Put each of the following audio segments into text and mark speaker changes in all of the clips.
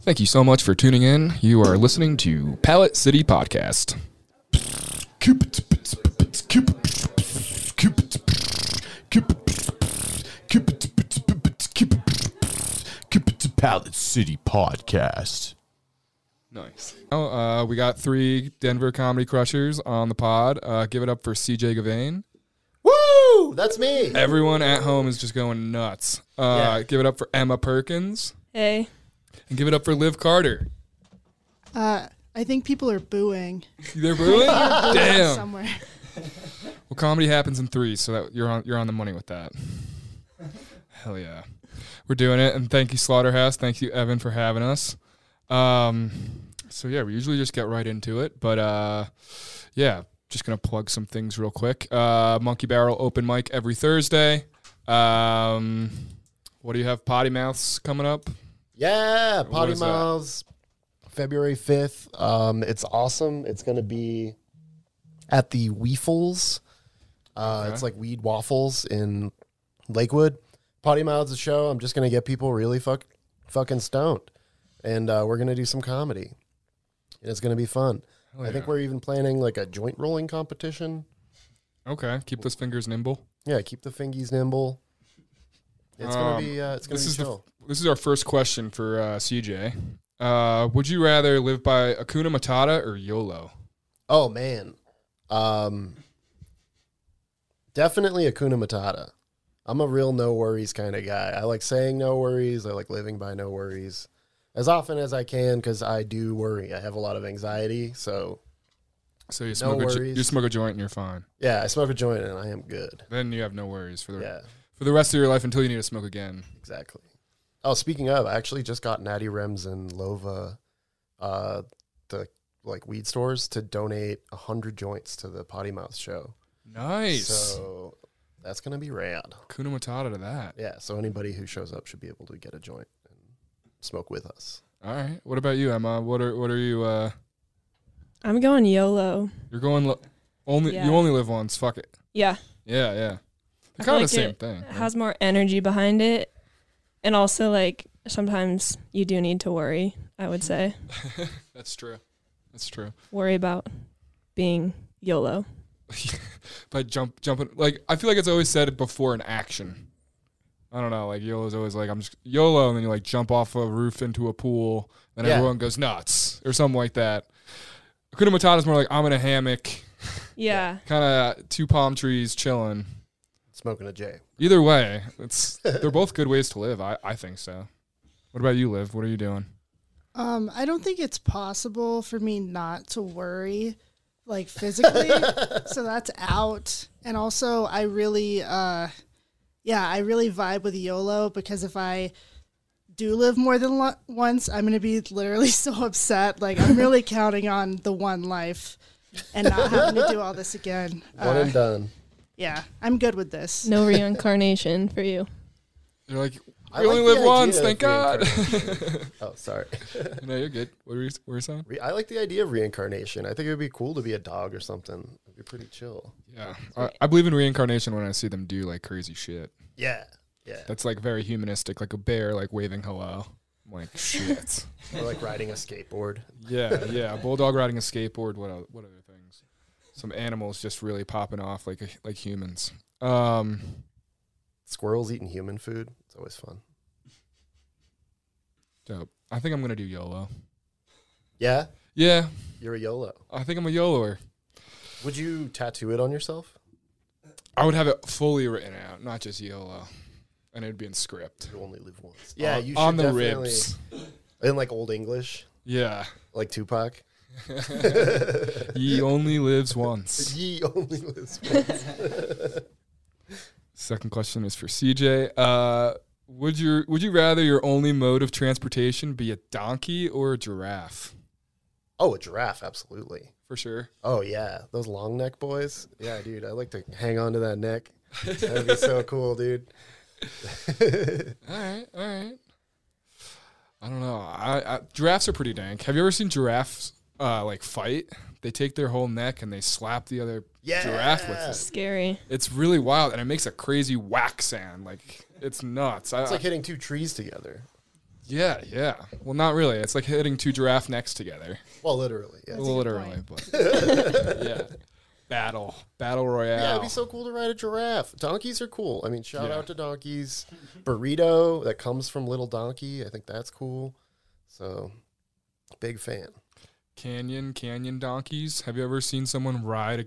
Speaker 1: Thank you so much for tuning in. You are listening to Pallet City Podcast.
Speaker 2: Cupid, Cupid, Cupid, Cupid, Cupid, Cupid, Cupid, Palette City Podcast.
Speaker 1: Nice. Oh, uh, we got three Denver comedy crushers on the pod. Uh, give it up for CJ Gavain.
Speaker 3: Woo! That's me.
Speaker 1: Everyone at home is just going nuts. Uh,
Speaker 3: Yeah.
Speaker 1: Give it up for Emma Perkins
Speaker 4: Hey.
Speaker 1: and give it up for Liv Carter.
Speaker 5: Uh, I think people are booing
Speaker 1: They're booing. Damn.
Speaker 5: somewhere.
Speaker 1: Well, comedy happens in threes, so that you're on you're on the money with that. Hell yeah, we're doing it, and thank you Slaughterhouse, thank you Evan for having us. Um, so yeah, we usually just get right into it, but uh, yeah, just gonna plug some things real quick. Uh, Monkey Barrel open mic every Thursday. Um, what do you have? Potty mouths coming up.
Speaker 3: Yeah, Potty
Speaker 1: is that?
Speaker 3: Miles, February 5th. Um, it's awesome. It's going to be at the Weefles. Uh, It's like Weed Waffles in Lakewood. Potty Mouth's a show. I'm just going to get people really fuck, fucking stoned. And uh, we're going to do some comedy. And it's going to be fun. I think we're even planning like a joint rolling competition.
Speaker 1: Okay, keep those fingers nimble.
Speaker 3: Yeah, keep the fingies nimble. It's
Speaker 1: Um,
Speaker 3: gonna be uh, it's gonna
Speaker 1: this
Speaker 3: be
Speaker 1: is the,
Speaker 3: chill.
Speaker 1: this is our first question for uh, CJ. Uh, would you rather live by Akuna Matata or YOLO?
Speaker 3: Oh man, um, definitely Akuna Matata. I'm a real no worries kind of guy. I like saying no worries. I like living by no worries as often as I can because I do worry. I have a lot of anxiety. So
Speaker 1: So you smoke, a, jo-
Speaker 3: worries.
Speaker 1: you smoke a joint and you're fine.
Speaker 3: yeah, I smoke a joint and I am good.
Speaker 1: Then you have no worries for the
Speaker 3: Yeah,
Speaker 1: for the rest of your life until you need to smoke again.
Speaker 3: exactly. Oh, speaking of, I actually just got Natty Rems and Lova, uh, the like weed stores to donate hundred joints to the Potty Mouth show.
Speaker 1: Nice.
Speaker 3: So that's gonna be rad.
Speaker 1: Akuna Matata to that.
Speaker 3: Yeah. So anybody who shows up should be able to get a joint and smoke with us.
Speaker 1: All right. What about you, Emma? What are what are you? Uh,
Speaker 4: I'm going YOLO.
Speaker 1: you're going lo- only.
Speaker 4: Yeah.
Speaker 1: You only live once. Fuck it.
Speaker 4: Yeah.
Speaker 1: Yeah, yeah.
Speaker 4: I
Speaker 1: They're
Speaker 4: feel
Speaker 1: kind of the
Speaker 4: like
Speaker 1: same
Speaker 4: it
Speaker 1: thing.
Speaker 4: It has more energy behind it. And also like sometimes you do need to worry, I would say.
Speaker 1: That's true. That's true.
Speaker 4: Worry about being YOLO.
Speaker 1: by jump jumping like I feel like it's always said before an action. I don't know, like YOLO's always like I'm just YOLO and then you like jump off a roof into a pool and
Speaker 3: Yeah.
Speaker 1: everyone goes nuts or something like that. Hakuna Matata's more like I'm in a hammock,
Speaker 4: Yeah.
Speaker 1: kinda two palm trees chilling.
Speaker 3: Smoking a J.
Speaker 1: Either way, it's they're both good ways to live. I, I think so. What about you, Liv? What are you doing?
Speaker 5: Um, I don't think it's possible for me not to worry, like physically. so that's out. And also, I really, uh, yeah, I really vibe with YOLO because if I do live more than lo- once, I'm gonna be literally so upset. Like I'm really counting on the one life and not having to do all this again.
Speaker 3: One
Speaker 5: Uh,
Speaker 3: and done.
Speaker 5: yeah, I'm good with this.
Speaker 4: No reincarnation for you.
Speaker 1: You're like we
Speaker 3: I
Speaker 1: only
Speaker 3: like the
Speaker 1: live once,
Speaker 3: idea
Speaker 1: thank
Speaker 3: of
Speaker 1: God.
Speaker 3: reincarnation. oh, sorry.
Speaker 1: no, you're good. What were you, what were you saying?
Speaker 3: Re- I like the idea of reincarnation. I think it would be cool to be a dog or something. It'd be pretty chill.
Speaker 1: Yeah. I, I believe in reincarnation when I see them do like crazy shit.
Speaker 3: Yeah. Yeah.
Speaker 1: That's like very humanistic, like a bear like waving hello. I'm like shit.
Speaker 3: Or like riding a skateboard.
Speaker 1: yeah, yeah. A bulldog riding a skateboard. What other, what other things? Some animals just really popping off like like humans. Um,
Speaker 3: Squirrels eating human food. It's always fun.
Speaker 1: dope. I think I'm gonna do YOLO.
Speaker 3: Yeah.
Speaker 1: Yeah,
Speaker 3: You're a YOLO.
Speaker 1: I think I'm a YOLOer.
Speaker 3: Would you tattoo it on yourself?
Speaker 1: I would have it fully written out, not just YOLO, and it'd be in script.
Speaker 3: You only live once. Yeah.
Speaker 1: on,
Speaker 3: you should
Speaker 1: on the
Speaker 3: definitely-
Speaker 1: ribs.
Speaker 3: In like old English,
Speaker 1: Yeah,
Speaker 3: like Tupac.
Speaker 1: he only lives once.
Speaker 3: Ye only lives once.
Speaker 1: Second question is for CJ. Uh, would your would you rather your only mode of transportation be a donkey or a giraffe?
Speaker 3: Oh, a giraffe, absolutely.
Speaker 1: For sure.
Speaker 3: Oh yeah, those long neck boys. Yeah, dude, I like to hang on to that neck. That'd be so cool, dude.
Speaker 1: All right, all right. I don't know. I, I giraffes are pretty dank. Have you ever seen giraffes uh, like fight? They take their whole neck and they slap the other
Speaker 3: Yeah.
Speaker 1: giraffe with it.
Speaker 4: Scary.
Speaker 1: It's really wild, and it makes a crazy whack sound. Like it's nuts. I,
Speaker 3: It's like hitting two trees together.
Speaker 1: Yeah, yeah. Well, not really. It's like hitting two giraffe necks together.
Speaker 3: Well, literally, yeah.
Speaker 5: a good
Speaker 1: Literally, but yeah. Battle, battle
Speaker 3: Yeah, it'd
Speaker 1: royale.
Speaker 3: be so cool to ride a giraffe. Donkeys are cool. I mean, shout out to donkeys. Burrito that comes from Little Donkey. I think that's cool. So, big fan.
Speaker 1: Canyon, canyon donkeys. Have you ever seen someone ride a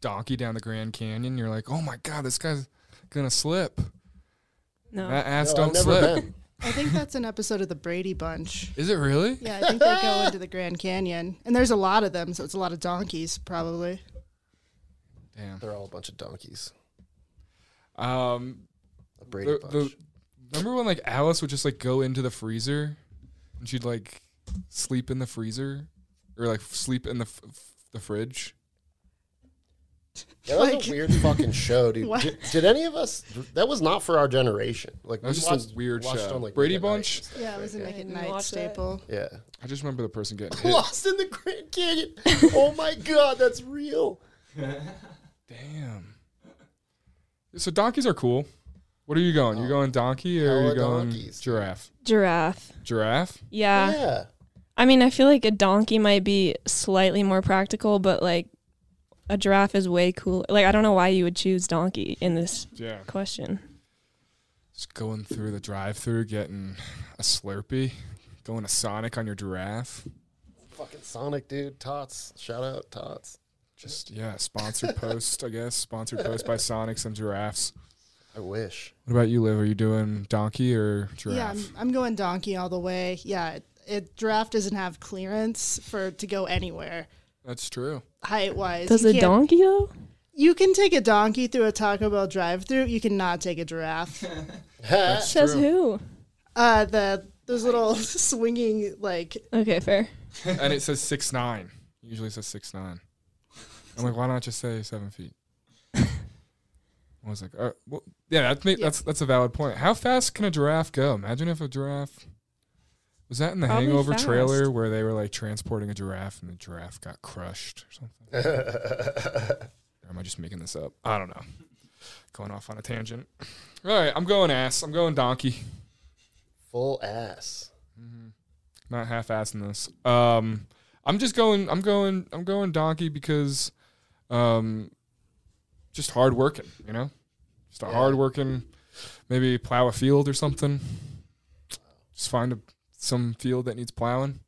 Speaker 1: donkey down the Grand Canyon? You're like, oh my god, this guy's gonna slip.
Speaker 4: No.
Speaker 1: That ass
Speaker 3: No, I've
Speaker 1: don't
Speaker 3: never
Speaker 1: slip.
Speaker 3: been.
Speaker 5: I think that's an episode of the Brady Bunch.
Speaker 1: Is it really?
Speaker 5: Yeah, I think they go into the Grand Canyon, and there's a lot of them, so it's a lot of donkeys probably.
Speaker 1: Damn.
Speaker 3: They're all a bunch of donkeys.
Speaker 1: Um,
Speaker 3: A Brady
Speaker 1: the,
Speaker 3: bunch.
Speaker 1: the, remember when like Alice would just like go into the freezer and she'd like sleep in the freezer or like sleep in the f- f- the fridge?
Speaker 3: Yeah, that was
Speaker 5: like-
Speaker 3: a weird fucking show, dude.
Speaker 5: What?
Speaker 3: Did, did any of us? That was not for our generation. Like
Speaker 1: That was
Speaker 3: we
Speaker 1: just a weird
Speaker 3: watched
Speaker 1: show.
Speaker 3: on, like,
Speaker 1: Brady
Speaker 3: late at night
Speaker 1: Bunch?
Speaker 3: and stuff,
Speaker 5: Yeah, it
Speaker 3: right?
Speaker 5: was a
Speaker 4: I
Speaker 5: make it
Speaker 4: didn't
Speaker 5: night
Speaker 4: watch that.
Speaker 5: staple.
Speaker 3: yeah.
Speaker 1: I just remember the person getting hit.
Speaker 3: Lost in the Grand Canyon. oh my god, that's real.
Speaker 1: Damn. So donkeys are cool. What are you going? You going donkey or
Speaker 3: Hella
Speaker 1: you going
Speaker 3: donkeys.
Speaker 1: giraffe?
Speaker 4: Giraffe.
Speaker 1: Giraffe?
Speaker 4: Yeah.
Speaker 3: yeah.
Speaker 4: I mean, I feel like a donkey might be slightly more practical, but like a giraffe is way cool. Like I don't know why you would choose donkey in this
Speaker 1: Yeah.
Speaker 4: question.
Speaker 1: Just going through the drive-through, getting a Slurpee, going to Sonic on your giraffe.
Speaker 3: Fucking Sonic, dude. Tots. Shout out Tots.
Speaker 1: Just yeah, sponsored post, I guess. Sponsored post by Sonic, some giraffes.
Speaker 3: I wish.
Speaker 1: What about you, Liv? Are you doing donkey or giraffe?
Speaker 5: Yeah, I'm, I'm going donkey all the way. Yeah, it, it draft doesn't have clearance for to go anywhere
Speaker 1: That's true.
Speaker 5: height wise.
Speaker 4: Does a donkey though?
Speaker 5: You can take a donkey through a Taco Bell drive-through. You cannot take a giraffe.
Speaker 1: That's
Speaker 4: Says
Speaker 1: true.
Speaker 4: who?
Speaker 5: Uh, the those little swinging like
Speaker 4: Okay, fair.
Speaker 1: and it says six nine. Usually says six nine. I'm like, why not just say seven feet? I was like, uh, well, yeah, that ma-
Speaker 5: Yeah.
Speaker 1: that's that's a valid point. How fast can a giraffe go? Imagine if a giraffe was that in the
Speaker 4: Probably
Speaker 1: Hangover
Speaker 4: fast.
Speaker 1: trailer where they were like transporting a giraffe and the giraffe got crushed or something. Or am I just making this up? I don't know. Going off on a tangent. All right, I'm going ass. I'm going donkey.
Speaker 3: Full ass.
Speaker 1: not half assing this. Um, I'm just going. I'm going. I'm going donkey because, um, just hard working. You know, just a
Speaker 3: Yeah.
Speaker 1: hard working. Maybe plow a field or something. Just find a, some field that needs plowing.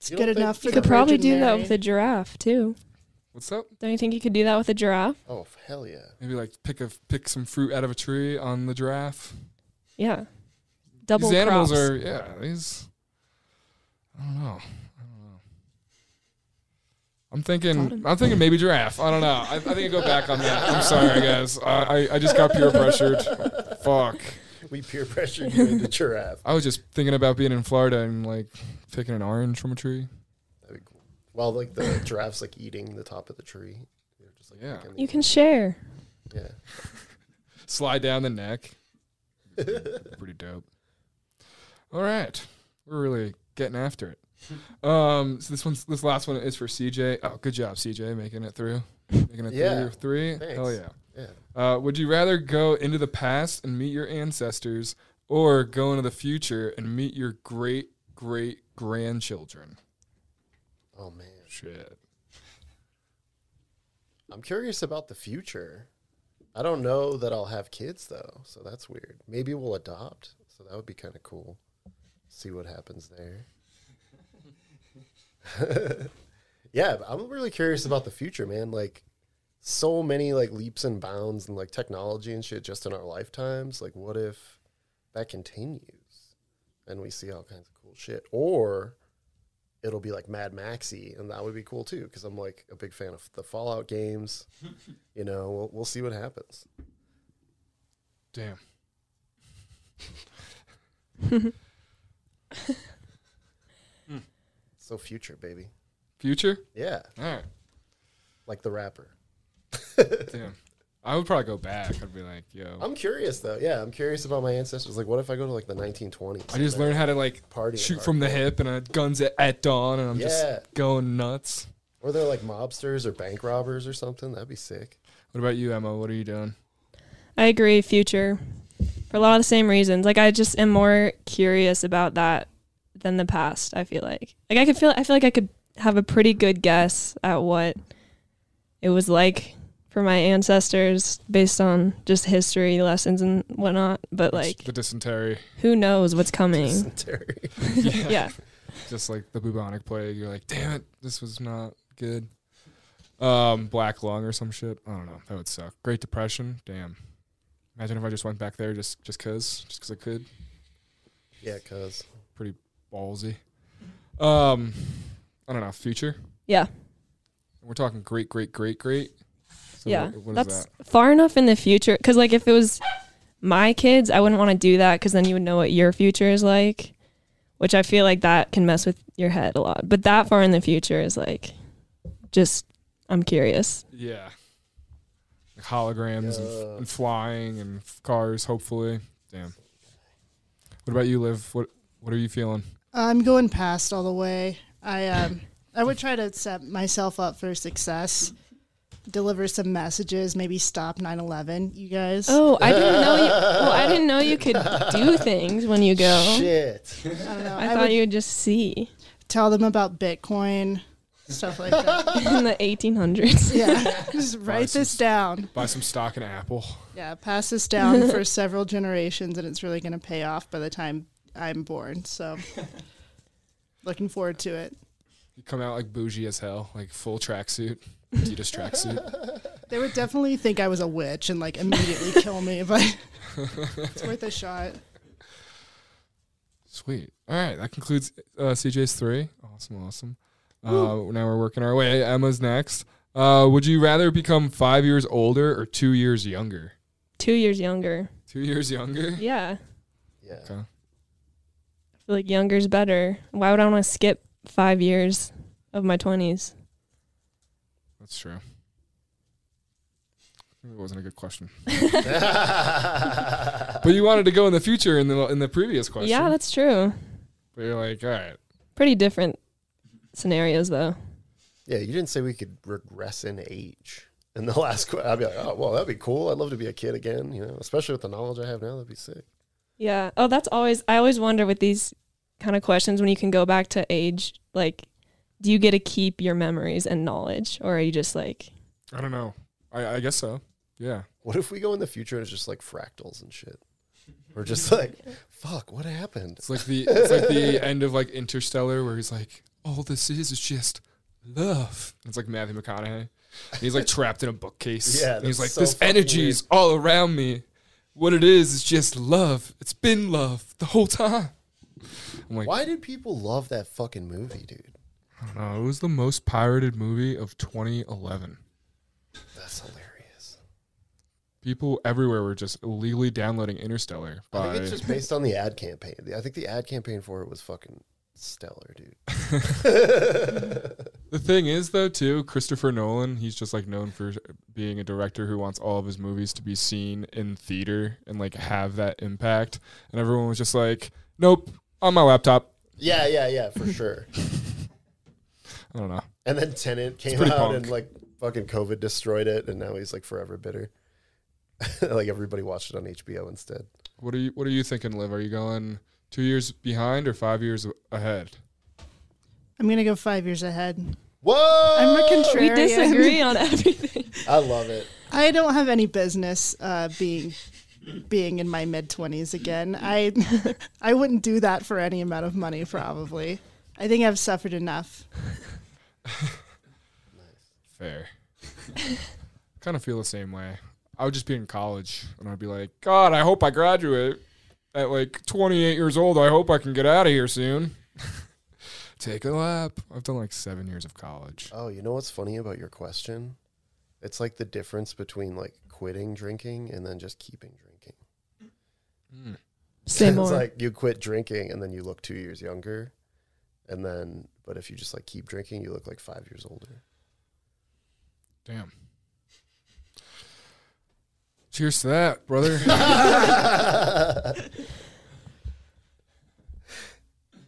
Speaker 5: it's
Speaker 3: You
Speaker 5: good
Speaker 3: don't
Speaker 5: enough.
Speaker 3: think-
Speaker 5: For
Speaker 4: You
Speaker 3: You
Speaker 5: the
Speaker 4: could probably
Speaker 5: Virgin
Speaker 4: do that
Speaker 5: Mary.
Speaker 4: with a giraffe too.
Speaker 1: What's up?
Speaker 4: Don't you think you could do that with a giraffe?
Speaker 3: Oh hell yeah.
Speaker 1: Maybe like pick a pick some fruit out of a tree on the giraffe.
Speaker 4: Yeah. Double
Speaker 1: these animals
Speaker 4: crops.
Speaker 1: are yeah. These. I don't know. I don't know. I'm thinking.
Speaker 4: Bottom.
Speaker 1: I'm thinking maybe giraffe. I don't know. I, I think I go back on that. I'm sorry, guys. I, I, I just got peer pressured. Fuck.
Speaker 3: We peer pressured you into giraffe.
Speaker 1: I was just thinking about being in Florida and like picking an orange from a tree.
Speaker 3: That'd be cool. While like the giraffe's like eating the top of the tree. They're just like
Speaker 1: Yeah.
Speaker 3: picking the-
Speaker 4: You can share.
Speaker 3: Yeah.
Speaker 1: Slide down the neck. Pretty dope. All right, we're really getting after it. Um, so this one's this last one is for CJ. Oh, good job, CJ, making it through. Making it
Speaker 3: Yeah.
Speaker 1: through three. Hell
Speaker 3: Thanks.
Speaker 1: yeah.
Speaker 3: Yeah.
Speaker 1: Uh, would you rather go into the past and meet your ancestors or go into the future and meet your great great grandchildren?
Speaker 3: Oh man.
Speaker 1: Shit.
Speaker 3: I'm curious about the future. I don't know that I'll have kids though, so that's weird. Maybe we'll adopt, so that would be kind of cool. See what happens there. yeah, but I'm really curious about the future, man. Like so many like leaps and bounds and like technology and shit just in our lifetimes. Like what if that continues and we see all kinds of cool shit or it'll be like Mad Maxi, and that would be cool too. Because I'm like a big fan of the Fallout games. you know, we'll, we'll see what happens.
Speaker 1: Damn.
Speaker 3: So future, baby.
Speaker 1: Future?
Speaker 3: Yeah,
Speaker 1: All right.
Speaker 3: like the rapper.
Speaker 1: Damn. I would probably go back. I'd be like, yo.
Speaker 3: I'm curious though. Yeah, I'm curious about my ancestors. Like, what if I go to like the 1920s?
Speaker 1: I just learned how to like
Speaker 3: Party
Speaker 1: shoot
Speaker 3: hard.
Speaker 1: from the hip and uh, guns at, at dawn and I'm
Speaker 3: Yeah.
Speaker 1: just going nuts.
Speaker 3: Or they're like mobsters or bank robbers or something. That'd be sick.
Speaker 1: What about you, Emma? What are you doing?
Speaker 4: I agree, future. For a lot of the same reasons. Like I just am more curious about that than the past. I feel like like I could feel I feel like I could have a pretty good guess at what it was like for my ancestors based on just history lessons and whatnot.
Speaker 1: It's
Speaker 4: But like,
Speaker 1: the dysentery,
Speaker 4: who knows what's coming?
Speaker 3: Dysentery.
Speaker 4: yeah,
Speaker 1: just like the bubonic plague. You're like, damn it, this was not good. Um, black lung or some shit. I don't know. That would suck. Great Depression. Damn. Imagine if I just went back there just just cause, just cause I could.
Speaker 3: Yeah, cause
Speaker 1: Ballsy. Um, I don't know. Future.
Speaker 4: yeah,
Speaker 1: We're talking great, great, great, great. So
Speaker 4: yeah.
Speaker 1: What, what is
Speaker 4: That's
Speaker 1: that?
Speaker 4: far enough in the future because like if it was my kids, I wouldn't want to do that because then you would know what your future is like, which I feel like that can mess with your head a lot. But that far in the future is like just I'm curious.
Speaker 1: Yeah. Like holograms and, f-
Speaker 3: Yeah.
Speaker 1: and flying and f- cars, hopefully. Damn. What about you, Liv? What What are you feeling?
Speaker 5: I'm going past all the way. I um I would try to set myself up for success. Deliver some messages, maybe stop 9/11, you guys.
Speaker 4: Oh, I didn't know you. Well, I didn't know you could do things when you go.
Speaker 3: shit.
Speaker 5: I don't know.
Speaker 4: I,
Speaker 5: I,
Speaker 4: thought
Speaker 5: would
Speaker 4: you would just see
Speaker 5: tell them about Bitcoin, stuff like that.
Speaker 4: in the 1800s.
Speaker 5: yeah. Just write this down.
Speaker 1: Buy some stock in Apple.
Speaker 5: Yeah, pass this down for several generations and it's really going to pay off by the time I'm born. So looking forward to it.
Speaker 1: You come out like bougie as hell, like full tracksuit, Adidas tracksuit.
Speaker 5: They would definitely think I was a witch and like immediately kill me, but it's worth a shot.
Speaker 1: Sweet. All right, that concludes uh, CJ's three. Awesome, awesome. Uh, now we're working our way. Emma's next. Uh, would you rather become five years older or two years younger?
Speaker 4: Two years younger.
Speaker 1: Two years younger.
Speaker 3: Yeah.
Speaker 4: Yeah.
Speaker 1: Okay.
Speaker 4: I feel like younger's better. Why would I want to skip five years of my 20s?
Speaker 1: That's true. It wasn't a good question. but you wanted to go in the future in the in the previous question.
Speaker 4: Yeah, that's true.
Speaker 1: but you're like, all right,
Speaker 4: Pretty different scenarios, though.
Speaker 3: Yeah, you didn't say we could regress in age. In the last, qu- I'd be like, oh, well, that'd be cool. I'd love to be a kid again, you know, especially with the knowledge I have now. That'd be sick.
Speaker 4: Yeah. Oh, that's always, I always wonder with these kind of questions when you can go back to age, like, do you get to keep your memories and knowledge, or are you just like,
Speaker 1: I don't know. I, I guess so. Yeah.
Speaker 3: What if we go in the future and it's just like fractals and shit? We're just like, fuck, what happened?
Speaker 1: It's like the it's like the end of like Interstellar where he's like, all this is is just love. It's like Matthew McConaughey. And he's like trapped in a bookcase.
Speaker 3: Yeah,
Speaker 1: And he's
Speaker 3: that's
Speaker 1: like,
Speaker 3: so
Speaker 1: this
Speaker 3: fucking
Speaker 1: energy
Speaker 3: weird."
Speaker 1: is all around me. What it is is just love. It's been love the whole time. I'm like,
Speaker 3: Why did people love that fucking movie, dude?
Speaker 1: no, it was the most pirated movie of 2011.
Speaker 3: That's hilarious.
Speaker 1: People everywhere were just illegally downloading Interstellar
Speaker 3: I
Speaker 1: by
Speaker 3: think it's just based on the ad campaign. I think the ad campaign for it was fucking stellar, dude.
Speaker 1: The thing is, though, too, Christopher Nolan, he's just like known for being a director who wants all of his movies to be seen in theater and like have that impact. And everyone was just like, nope, on my laptop.
Speaker 3: Yeah, yeah, yeah, for sure.
Speaker 1: I don't know.
Speaker 3: And then Tenant came out
Speaker 1: pretty punk.
Speaker 3: and like fucking COVID destroyed it, and now he's like forever bitter. like everybody watched it on HBO instead.
Speaker 1: What are you What are you thinking, Liv? Are you going two years behind or five years ahead?
Speaker 5: I'm going to go five years ahead.
Speaker 3: Whoa!
Speaker 5: I'm a contrarian.
Speaker 4: Oh, we disagree on everything?
Speaker 3: I love it.
Speaker 5: I don't have any business uh, being being in my mid twenties again. I I wouldn't do that for any amount of money. Probably. I think I've suffered enough.
Speaker 1: Fair. kind of feel the same way. I would just be in college and I'd be like, God, I hope I graduate at like 28 years old. I hope I can get out of here soon. Take a lap. I've done like seven years of college.
Speaker 3: Oh, you know what's funny about your question? It's like the difference between like quitting drinking and then just keeping drinking.
Speaker 4: Say
Speaker 3: it's
Speaker 4: more.
Speaker 3: like you quit drinking and then you look two years younger, and then but if you just like keep drinking, you look like five years older.
Speaker 1: Damn. Cheers to that, brother.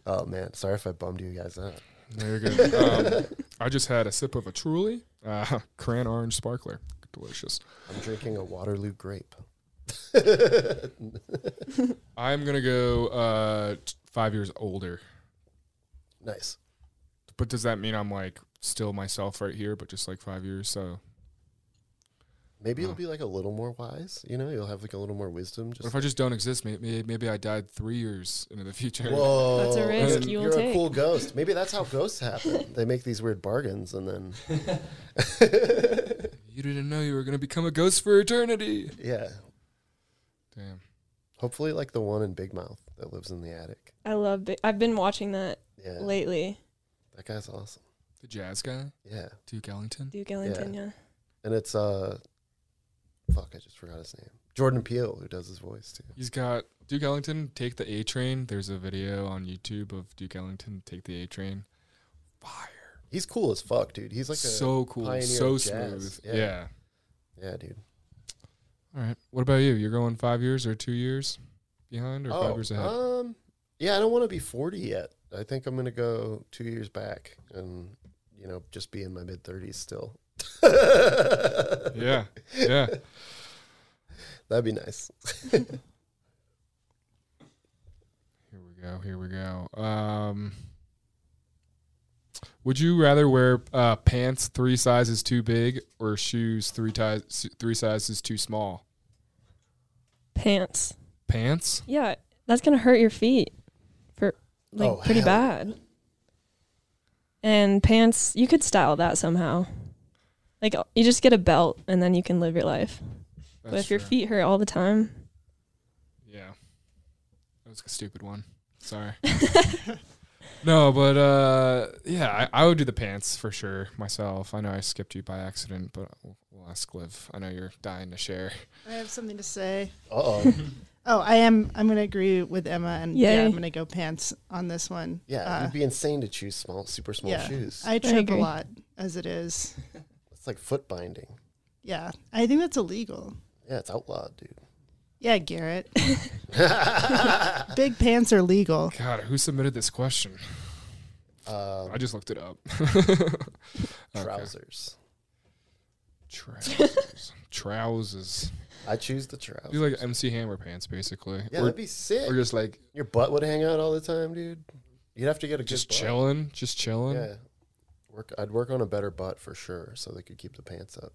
Speaker 3: Oh man, sorry if I bummed you guys out.
Speaker 1: Very good. Um, I just had a sip of a truly uh, cran orange sparkler. Delicious.
Speaker 3: I'm drinking a Waterloo grape.
Speaker 1: I'm going to go uh, t- five years older.
Speaker 3: Nice.
Speaker 1: But does that mean I'm like still myself right here, but just like five years? So
Speaker 3: Maybe
Speaker 1: Huh.
Speaker 3: you'll be like a little more wise. You know, you'll have like a little more wisdom.
Speaker 1: what
Speaker 3: Just
Speaker 1: if I just don't exist? Maybe maybe I died three years into the future.
Speaker 3: whoa,
Speaker 4: That's a risk
Speaker 3: and
Speaker 4: you will
Speaker 3: you're a
Speaker 4: take.
Speaker 3: cool ghost. Maybe that's how ghosts happen. they make these weird bargains, and then
Speaker 1: You didn't know you were gonna become a ghost for eternity.
Speaker 3: yeah,
Speaker 1: Damn.
Speaker 3: hopefully like the one in Big Mouth that lives in the attic.
Speaker 4: I love. Bi- I've been watching that
Speaker 3: Yeah,
Speaker 4: lately.
Speaker 3: that guy's awesome.
Speaker 1: The jazz guy,
Speaker 3: Yeah,
Speaker 1: Duke Ellington.
Speaker 4: Duke Ellington. Yeah.
Speaker 3: and it's uh, fuck, I just forgot his name. Jordan Peele, who does his voice too.
Speaker 1: He's got Duke Ellington take the A train. There's a video on YouTube of Duke Ellington take the A train. Fire.
Speaker 3: He's cool as fuck, dude. He's like a,
Speaker 1: so cool.
Speaker 3: pioneer
Speaker 1: So
Speaker 3: of jazz.
Speaker 1: smooth.
Speaker 3: Yeah.
Speaker 1: Yeah.
Speaker 3: yeah, dude.
Speaker 1: All right. What about you? You're going five years or two years behind or five years ahead?
Speaker 3: Um, yeah, I don't want to be 40 yet. I think I'm going to go two years back and, you know, just be in my mid 30s still.
Speaker 1: yeah. Yeah.
Speaker 3: That'd be nice.
Speaker 1: Here we go. Here we go. Um, would you rather wear uh, pants three sizes too big or shoes three ties three sizes too small?
Speaker 4: Pants.
Speaker 1: Pants?
Speaker 4: Yeah, that's gonna hurt your feet, for like
Speaker 3: Oh,
Speaker 4: pretty
Speaker 3: hell
Speaker 4: bad. And pants, you could style that somehow. Like uh, you just get a belt, and then you can live your life. but
Speaker 1: That's
Speaker 4: if your
Speaker 1: fair.
Speaker 4: feet hurt all the time,
Speaker 1: Yeah. That was a stupid one. Sorry. no, but uh, yeah, I, I would do the pants for sure myself. I know I skipped you by accident, but we'll, we'll ask Liv. I know you're dying to share.
Speaker 5: I have something to say.
Speaker 3: Uh oh.
Speaker 5: Oh, I am. I'm going to agree with Emma, and yeah,
Speaker 4: Yay.
Speaker 5: I'm going to go pants on this one.
Speaker 3: Yeah,
Speaker 5: Uh,
Speaker 3: it'd be insane to choose small, super small
Speaker 5: yeah.
Speaker 3: shoes.
Speaker 5: I trip a
Speaker 4: agree.
Speaker 5: lot as it is.
Speaker 3: it's like foot binding.
Speaker 5: Yeah, I think that's illegal.
Speaker 3: Yeah, it's outlawed, dude.
Speaker 5: Yeah, Garrett. Big pants are legal.
Speaker 1: God, who submitted this question?
Speaker 3: Um,
Speaker 1: I just looked it up. Okay.
Speaker 3: trousers.
Speaker 1: Trousers. trousers.
Speaker 3: I choose the trousers.
Speaker 1: Do like MC Hammer pants, basically.
Speaker 3: yeah,
Speaker 1: or,
Speaker 3: that'd be sick.
Speaker 1: or just like
Speaker 3: Your butt would hang out all the time, dude. You'd have to get a
Speaker 1: just
Speaker 3: good butt.
Speaker 1: chilling, just chilling.
Speaker 3: Yeah. Work, I'd work on a better butt for sure so they could keep the pants up.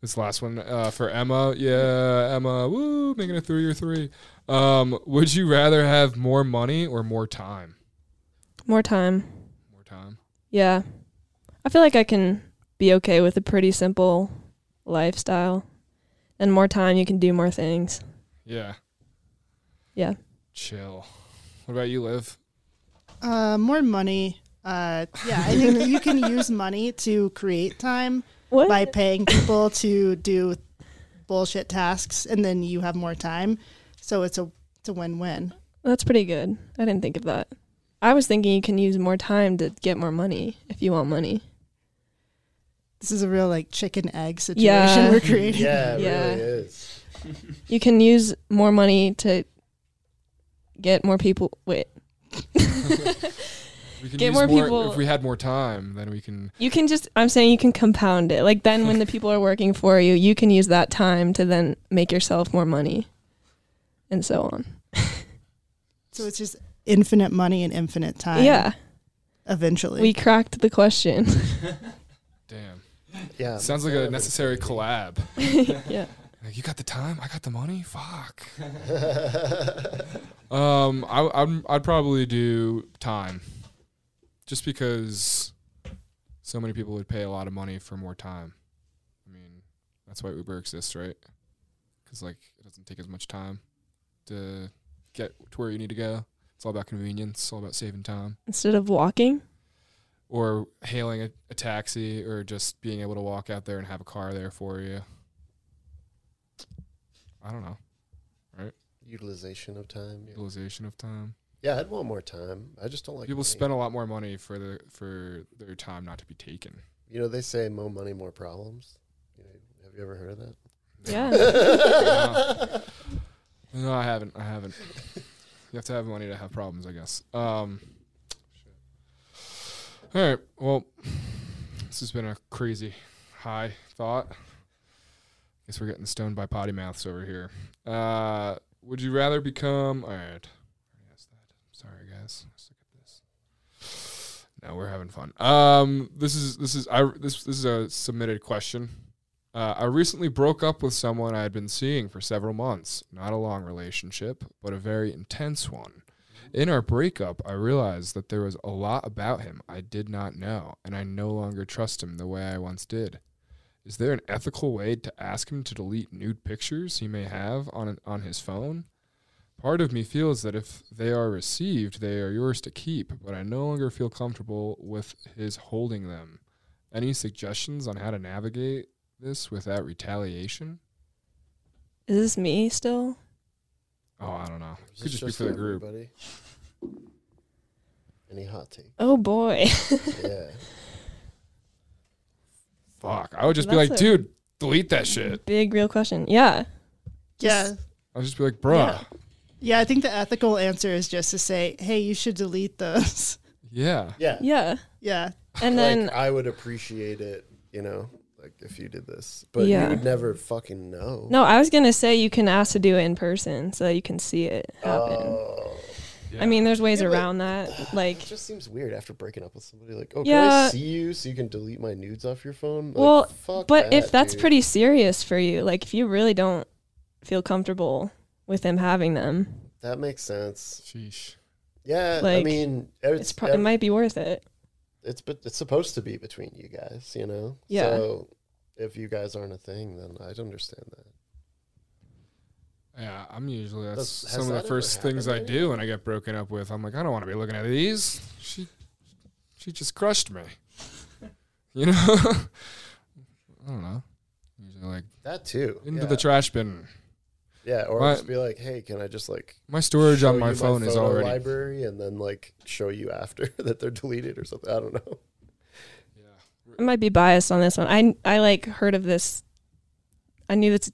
Speaker 1: This last one uh, for Emma. Yeah, Emma. Woo, making a three or three. Um, would you rather have more money or more time?
Speaker 4: more time.
Speaker 1: More time.
Speaker 4: Yeah, I feel like I can be okay with a pretty simple lifestyle, and more time you can do more things.
Speaker 1: Yeah.
Speaker 4: Yeah.
Speaker 1: Chill. What about you, Liv?
Speaker 5: Uh, more money. Uh, yeah, I think that you can use money to create time
Speaker 4: What?
Speaker 5: by paying people to do bullshit tasks, and then you have more time. So it's a it's a win win.
Speaker 4: That's pretty good. I didn't think of that. I was thinking you can use more time to get more money if you want money.
Speaker 5: This is a real like chicken egg situation
Speaker 4: Yeah.
Speaker 5: we're creating.
Speaker 3: Yeah, it
Speaker 4: Yeah.
Speaker 3: really is.
Speaker 4: You can use more money to get more people. Wait,
Speaker 1: We can
Speaker 4: Get more people-
Speaker 1: If we had more time, then we can.
Speaker 4: you can just. I'm saying you can compound it. Like then, when the people are working for you, you can use that time to then make yourself more money, and so on.
Speaker 5: So it's just infinite money and infinite time.
Speaker 4: yeah,
Speaker 5: eventually.
Speaker 4: we cracked the question.
Speaker 1: Damn.
Speaker 3: Yeah.
Speaker 1: Sounds like a necessary collab.
Speaker 4: yeah.
Speaker 1: Like, you got the time. I got the money. Fuck. um, I, I'm, I'd probably do time, just because so many people would pay a lot of money for more time. I mean, that's why Uber exists, right? Because like it doesn't take as much time to get to where you need to go. It's all about convenience. It's all about saving time
Speaker 4: Instead of walking.
Speaker 1: or hailing a, a taxi or just being able to walk out there and have a car there for you. I don't know.
Speaker 3: Utilization of time. Yeah.
Speaker 1: Utilization of time.
Speaker 3: Yeah, I'd want more time. I just don't like
Speaker 1: People
Speaker 3: money.
Speaker 1: spend a lot more money for the for their time not to be taken.
Speaker 3: You know, they say more money, more problems. You know, have you ever heard of that?
Speaker 4: Yeah.
Speaker 1: No, I haven't. I haven't. you have to have money to have problems, I guess. Um, all right. Well, this has been a crazy high thought. Guess we're getting stoned by potty mouths over here. Uh, would you rather become? All right. Sorry, guys. Let's look at this. No, we're having fun. Um, this is this is I this this is a submitted question. Uh, I recently broke up with someone I had been seeing for several months. Not a long relationship, but a very intense one. In our breakup, I realized that there was a lot about him I did not know, and I no longer trust him the way I once did. Is there an ethical way to ask him to delete nude pictures he may have on on his phone? Part of me feels that if they are received, they are yours to keep, but I no longer feel comfortable with his holding them. Any suggestions on how to navigate this without retaliation?
Speaker 4: Is this me still?
Speaker 1: Oh, I don't know.
Speaker 3: Is
Speaker 1: Could
Speaker 3: this
Speaker 1: just be for the group.
Speaker 3: everybody? Any hot take?
Speaker 4: Oh boy.
Speaker 3: Yeah.
Speaker 1: Fuck. I would just be
Speaker 4: That's
Speaker 1: like,
Speaker 4: a-
Speaker 1: dude, delete that shit.
Speaker 4: Big real question. Yeah.
Speaker 5: Yeah.
Speaker 1: I would just be like, bruh.
Speaker 5: Yeah. Yeah, I think the ethical answer is just to say, hey, you should delete those.
Speaker 1: Yeah.
Speaker 3: Yeah.
Speaker 4: Yeah.
Speaker 5: yeah.
Speaker 4: And
Speaker 3: like uh,
Speaker 4: then
Speaker 3: I would appreciate it, you know, like if you did this, but
Speaker 4: Yeah.
Speaker 3: you would never fucking know.
Speaker 4: no, I was gonna say you can ask to do it in person so that you can see it happen.
Speaker 3: Oh,
Speaker 1: yeah.
Speaker 4: I mean, there's ways
Speaker 3: Yeah, but-
Speaker 4: around that. Like,
Speaker 3: it just seems weird after breaking up with somebody. Like, oh, can I
Speaker 4: Yeah.
Speaker 3: see you so you can delete my nudes off your phone? Like,
Speaker 4: well,
Speaker 3: fuck
Speaker 4: but if
Speaker 3: that,
Speaker 4: that's
Speaker 3: dude.
Speaker 4: pretty serious for you, like if you really don't feel comfortable with them having them,
Speaker 3: that makes sense.
Speaker 1: Sheesh.
Speaker 3: Yeah, I
Speaker 4: Like,
Speaker 3: mean,
Speaker 4: it's,
Speaker 3: it's
Speaker 4: pro- it might be worth it.
Speaker 3: it's but it's supposed to be between you guys, you know.
Speaker 4: Yeah.
Speaker 3: So if you guys aren't a thing, then I'd understand that.
Speaker 1: Yeah, I'm usually that's
Speaker 3: Does- has
Speaker 1: some of
Speaker 3: that
Speaker 1: the
Speaker 3: ever
Speaker 1: first things I
Speaker 3: happened to you?
Speaker 1: do when I get broken up with. I'm like, I don't want to be looking at these. She, she just crushed me. You know, I don't know. Usually like
Speaker 3: That too.
Speaker 1: into
Speaker 3: yeah.
Speaker 1: the trash bin.
Speaker 3: yeah, or
Speaker 1: My-
Speaker 3: just be like, hey, can I just like
Speaker 1: My storage
Speaker 3: show
Speaker 1: on my
Speaker 3: you
Speaker 1: phone is
Speaker 3: photo
Speaker 1: already.
Speaker 3: library, and then like show you after that they're deleted or something. I don't know.
Speaker 4: I might be biased on this one. I I like heard of this. I knew this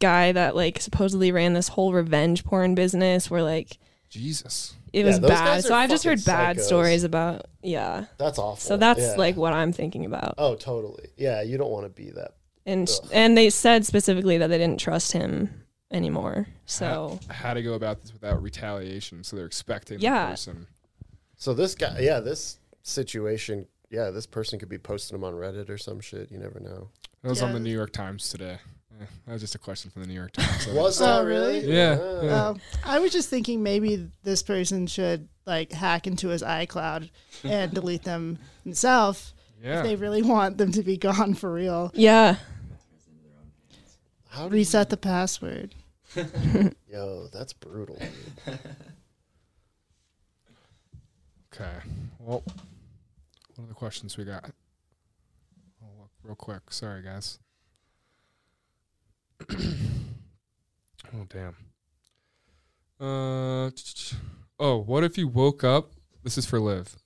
Speaker 4: guy that like supposedly ran this whole revenge porn business where like
Speaker 1: Jesus.
Speaker 4: it
Speaker 3: Yeah,
Speaker 4: was
Speaker 3: those
Speaker 4: bad.
Speaker 3: guys are
Speaker 4: So I've just
Speaker 3: fucking
Speaker 4: heard bad
Speaker 3: psychos.
Speaker 4: stories about yeah.
Speaker 3: That's awful.
Speaker 4: So that's
Speaker 3: Yeah.
Speaker 4: like what I'm thinking about.
Speaker 3: oh, totally. Yeah, you don't want to be that.
Speaker 4: And sh
Speaker 3: Ugh.
Speaker 4: and they said specifically that they didn't trust him anymore. So
Speaker 1: How to go about this without retaliation? So they're expecting the
Speaker 4: Yeah.
Speaker 1: person.
Speaker 3: So this guy, yeah, this situation, yeah, this person could be posting them on Reddit or some shit. You never know.
Speaker 1: That was on the
Speaker 5: Yeah.
Speaker 1: New York Times today. Eh, that was just a question from the New York Times.
Speaker 3: Was
Speaker 5: Oh,
Speaker 3: that
Speaker 5: really?
Speaker 3: really?
Speaker 1: Yeah,
Speaker 3: Ah.
Speaker 1: yeah.
Speaker 5: Um, I was just thinking maybe this person should like hack into his iCloud and delete them himself
Speaker 1: yeah.
Speaker 5: if they really want them to be gone for real.
Speaker 4: yeah.
Speaker 3: How do you,
Speaker 5: Reset the password.
Speaker 3: yo? That's brutal. dude.
Speaker 1: Okay. Well, what are the questions we got? Oh, look real quick. Sorry, guys. oh, damn. Uh, oh, what if you woke up? This is for Liv.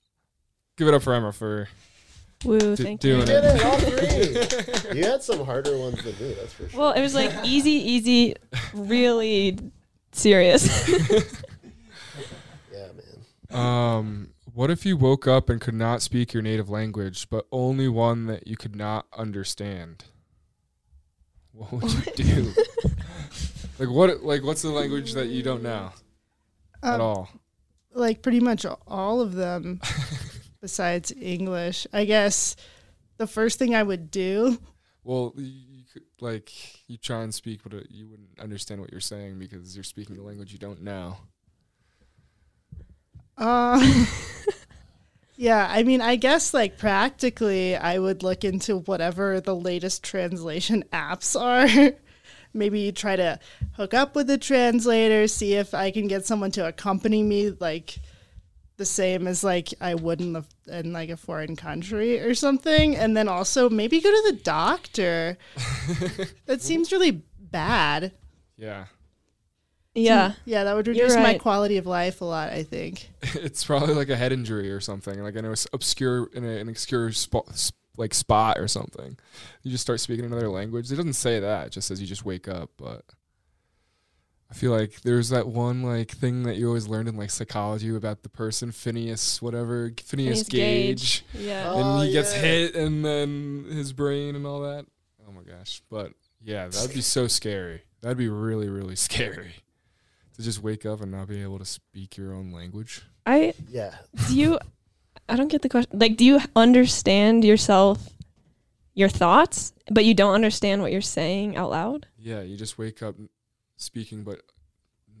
Speaker 1: Give it up for Emma for
Speaker 4: Woo,
Speaker 1: d-
Speaker 4: thank you.
Speaker 1: doing
Speaker 3: You did
Speaker 1: it.
Speaker 3: it, all three. you had some harder ones than me. That's for sure.
Speaker 4: Well, it was like easy, easy, really serious.
Speaker 3: yeah, man.
Speaker 1: Um, what if you woke up and could not speak your native language, but only one that you could not understand? What would you do? like what? Like what's the language that you don't know at
Speaker 5: Um,
Speaker 1: all?
Speaker 5: like pretty much all of them besides English. I guess the first thing I would do,
Speaker 1: Well, you, you could like you try and speak, but it, you wouldn't understand what you're saying because you're speaking a language you don't know.
Speaker 5: um, yeah, I mean, I guess like practically, I would look into whatever the latest translation apps are. Maybe try to hook up with the translator, see if I can get someone to accompany me, like the same as like I would in, the, in like a foreign country or something. And then also maybe go to the doctor. that seems really bad.
Speaker 1: Yeah,
Speaker 4: yeah.
Speaker 5: Yeah, that would
Speaker 4: You're
Speaker 5: reduce my
Speaker 4: right.
Speaker 5: quality of life a lot, I think.
Speaker 1: it's probably like a head injury or something, like in an obscure in a, an obscure spot. Like spot or something, you just start speaking another language. It doesn't say that; it just says you just wake up. But I feel like there's that one like thing that you always learned in like psychology about the person Phineas, whatever Phineas,
Speaker 4: Phineas Gage.
Speaker 1: Gage.
Speaker 4: Yeah.
Speaker 3: Oh,
Speaker 1: and he gets
Speaker 3: yeah.
Speaker 1: hit and then his brain and all that. Oh my gosh. But yeah, that'd be so scary. That'd be really, really scary to just wake up and not be able to speak your own language.
Speaker 4: I
Speaker 3: Yeah.
Speaker 4: do you I don't get the question. Like, do you understand yourself, your thoughts, but you don't understand what you're saying out loud?
Speaker 1: Yeah, you just wake up speaking, but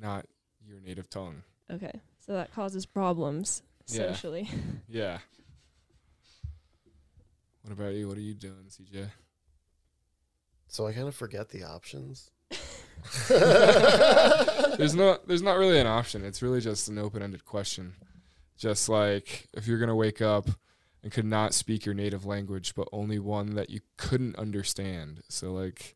Speaker 1: not your native tongue.
Speaker 4: Okay, so that causes problems
Speaker 1: Yeah.
Speaker 4: socially.
Speaker 1: Yeah. What about you? What are you doing, CJ?
Speaker 3: So I kind of forget the options. Uh,
Speaker 1: There's not there's not really an option. It's really just an open-ended question. Just like if you're going to wake up and could not speak your native language, but only one that you couldn't understand. So like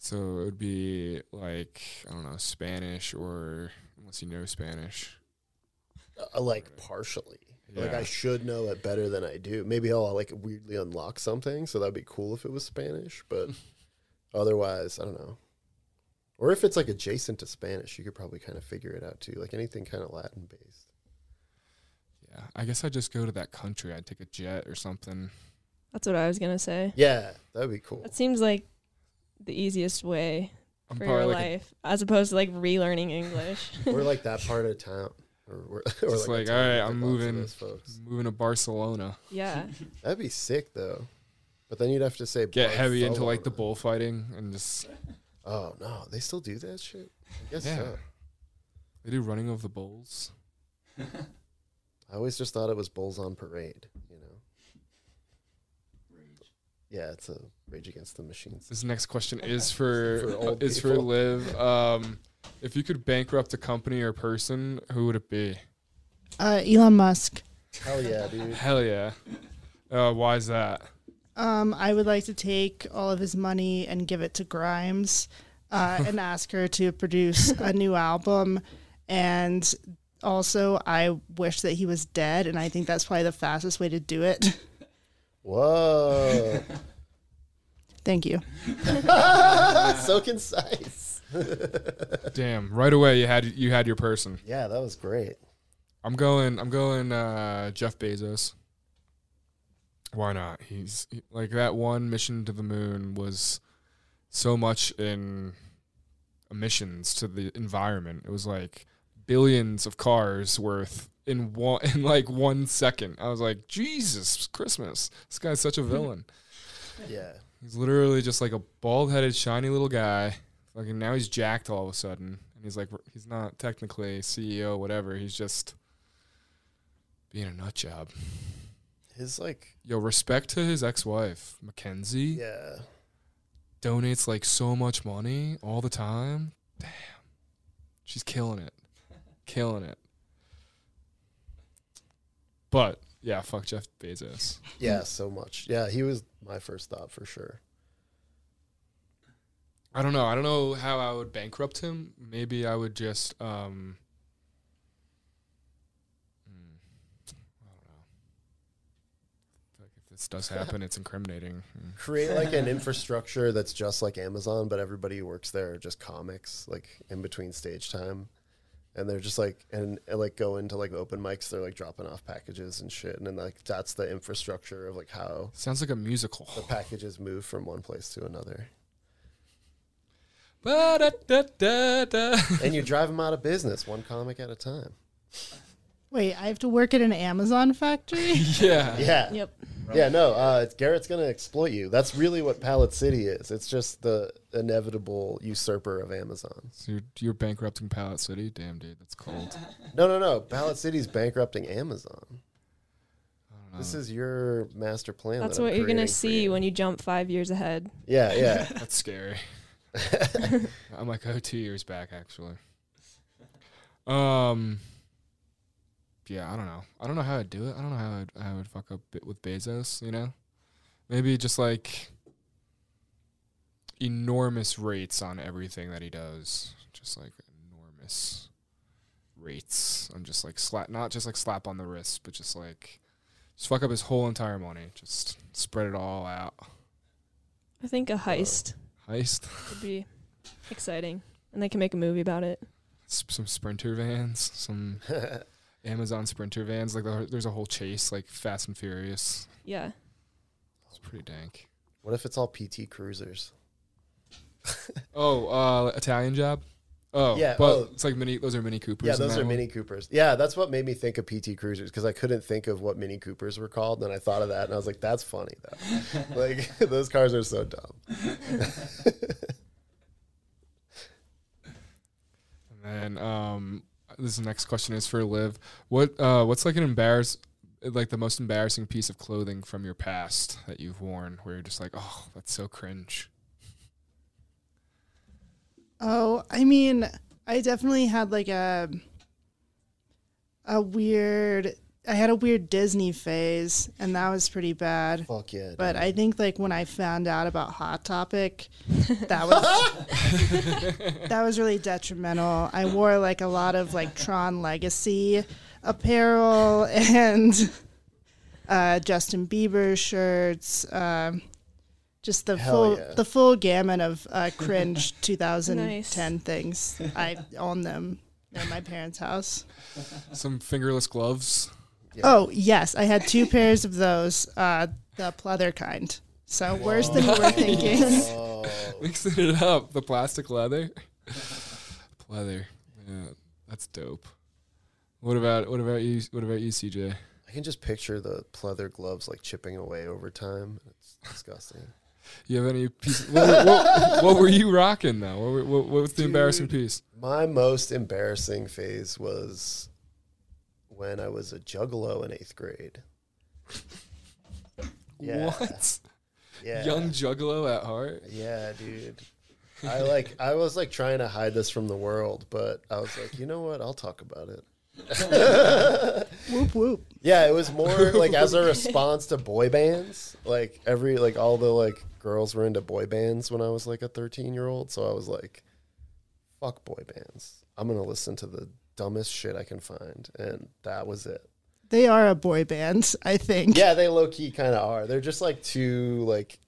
Speaker 1: so it would be like I don't know, Spanish or unless you know Spanish.
Speaker 3: Uh, like partially. Like
Speaker 1: Yeah.
Speaker 3: I should know it better than I do. Maybe I'll like weirdly unlock something, so that'd be cool if it was Spanish, but otherwise, I don't know. Or if it's like adjacent to Spanish, you could probably kind of figure it out too. Like anything kind of Latin based.
Speaker 1: Yeah. I guess I'd just go to that country. I'd take a jet or something.
Speaker 4: That's what I was gonna say.
Speaker 3: Yeah, that'd be cool.
Speaker 4: That seems like the easiest way
Speaker 1: I'm
Speaker 4: for your
Speaker 1: probably like a
Speaker 4: life, as opposed to like relearning English.
Speaker 3: We're like that part of town. Or, we're, or
Speaker 1: Just
Speaker 3: a
Speaker 1: like,
Speaker 3: town
Speaker 1: all right,
Speaker 3: with, like,
Speaker 1: I'm
Speaker 3: lots of
Speaker 1: moving.
Speaker 3: those Folks.
Speaker 1: moving to Barcelona.
Speaker 4: yeah,
Speaker 3: That'd be sick though. But then you'd have to say
Speaker 1: Get heavy into like the
Speaker 3: Barcelona.
Speaker 1: bullfighting and just
Speaker 3: Oh no, they still do that shit. I guess
Speaker 1: Yeah.
Speaker 3: so.
Speaker 1: they do running of the bulls.
Speaker 3: I always just thought it was Bulls on Parade. You know. Yeah, it's a Rage Against the Machines.
Speaker 1: This next question is for, uh,
Speaker 3: For old
Speaker 1: is for
Speaker 3: people.
Speaker 1: Liv. Um, if you could bankrupt a company or person, who would it be?
Speaker 5: Uh, Elon Musk.
Speaker 3: Hell yeah, dude.
Speaker 1: Hell yeah. Uh, why is that?
Speaker 5: Um, I would like to take all of his money and give it to Grimes uh, and ask her to produce a new album. And also, I wish that he was dead, and I think that's probably the fastest way to do it.
Speaker 3: Whoa,
Speaker 5: Thank you.
Speaker 3: that's so concise.
Speaker 1: Damn! Right away, you had you had your person.
Speaker 3: Yeah, that was great.
Speaker 1: I'm going. I'm going. Uh, Jeff Bezos. Why not? He's he- like that one mission to the moon was so much in emissions to the environment. It was like billions of cars worth in one in like one second. I was like, Jesus Christmas! This guy's such a villain.
Speaker 3: Yeah,
Speaker 1: He's literally just like a bald headed, shiny little guy. Fucking now he's jacked all of a sudden. And he's like, he's not technically CEO, whatever. He's just being a nut job.
Speaker 3: his like
Speaker 1: Yo, respect to his ex wife, Mackenzie.
Speaker 3: yeah.
Speaker 1: Donates like so much money all the time. Damn. She's killing it. Killing it. But yeah, fuck Jeff Bezos.
Speaker 3: Yeah, so much. Yeah, he was my first thought for sure.
Speaker 1: I don't know. I don't know how I would bankrupt him. Maybe I would just um mm, I don't know. I feel like if this does happen, it's incriminating. Mm.
Speaker 3: Create like an infrastructure that's just like Amazon, but everybody who works there are just comics, like in between stage time. And they're just like and, and, like go into like open mics, they're like dropping off packages and shit. And then like that's the infrastructure of like how
Speaker 1: Sounds like a musical.
Speaker 3: the packages move from one place to another.
Speaker 1: Ba-da-da-da-da.
Speaker 3: And you drive them out of business, one comic at a time.
Speaker 5: Wait, I have to work at an Amazon factory?
Speaker 1: yeah.
Speaker 3: Yeah.
Speaker 4: yep.
Speaker 3: Yeah, no, uh, it's- Garrett's going to exploit you. That's really what Pallet City is. It's just the inevitable usurper of Amazon.
Speaker 1: So you're, you're bankrupting Pallet City? Damn, dude, that's cold.
Speaker 3: No, no, no. Pallet City's bankrupting Amazon.
Speaker 1: Uh-huh.
Speaker 3: This is your master plan.
Speaker 4: That's
Speaker 3: that I'm
Speaker 4: what you're gonna
Speaker 3: creating for
Speaker 4: see
Speaker 3: you.
Speaker 4: when you jump five years ahead.
Speaker 3: Yeah, yeah.
Speaker 1: That's scary. I'm like, oh, two years back, actually. Um, yeah, I don't know. I don't know how I'd do it. I don't know how I'd, how I would fuck up bit with Bezos. You know, maybe just like enormous rates on everything that he does. Just like enormous rates. I'm just like slap, not just like slap on the wrist, but just like just fuck up his whole entire money. Just spread it all out.
Speaker 4: I think a heist
Speaker 1: Heist.
Speaker 4: would be exciting, and they can make a movie about it.
Speaker 1: s- some sprinter vans, some Amazon sprinter vans. Like there- there's a whole chase, like Fast and Furious.
Speaker 4: Yeah,
Speaker 1: It's pretty dank.
Speaker 3: what if it's all PT cruisers?
Speaker 1: Oh, uh, Italian Job. Oh,
Speaker 3: Yeah,
Speaker 1: But
Speaker 3: oh.
Speaker 1: it's like mini. Those are Mini Coopers.
Speaker 3: Yeah,
Speaker 1: in
Speaker 3: those
Speaker 1: that
Speaker 3: are
Speaker 1: one.
Speaker 3: Mini Coopers. Yeah, that's what made me think of PT Cruisers because I couldn't think of what Mini Coopers were called. And I thought of that and I was like, that's funny though. like, those cars are so dumb.
Speaker 1: And then, um, this next question is for Liv. What uh, what's like an embarrass, like the most embarrassing piece of clothing from your past that you've worn, where you're just like, oh, that's so cringe.
Speaker 5: Oh, I mean, I definitely had like a a weird. I had a weird Disney phase, and that was pretty bad.
Speaker 3: Fuck yeah. dude.
Speaker 5: But I think like when I found out about Hot Topic, that was that was really detrimental. I wore like a lot of like Tron Legacy apparel and uh, Justin Bieber shirts, um just the
Speaker 3: Hell
Speaker 5: full
Speaker 3: yeah.
Speaker 5: the full gamut of uh, cringe 2010 things. I own them at my parents' house.
Speaker 1: Some fingerless gloves.
Speaker 5: Oh yes, I had two pairs of those, uh, the pleather kind. So worse than we were thinking.
Speaker 1: Mixing it up, the plastic leather, leather. Yeah, that's dope. What about what about you? What about you, CJ?
Speaker 3: I can just picture the pleather gloves like chipping away over time. It's disgusting.
Speaker 1: You have any piece? What, were- what, what were you rocking though? What, were- what, what was the embarrassing piece?
Speaker 3: My most embarrassing phase was when I was a juggalo in eighth grade. Yeah.
Speaker 1: What?
Speaker 3: Yeah.
Speaker 1: Young juggalo at heart.
Speaker 3: Yeah, dude. I like I was like trying to hide this from the world, but I was like, you know what? I'll talk about it.
Speaker 5: whoop whoop.
Speaker 3: Yeah, it was more like as a response to boy bands. Like every like all the like girls were into boy bands when I was like a 13-year-old, so I was like fuck boy bands. I'm going to listen to the dumbest shit I can find and that was it.
Speaker 5: They are a boy band, I think.
Speaker 3: Yeah, they low key kind of are. They're just like two like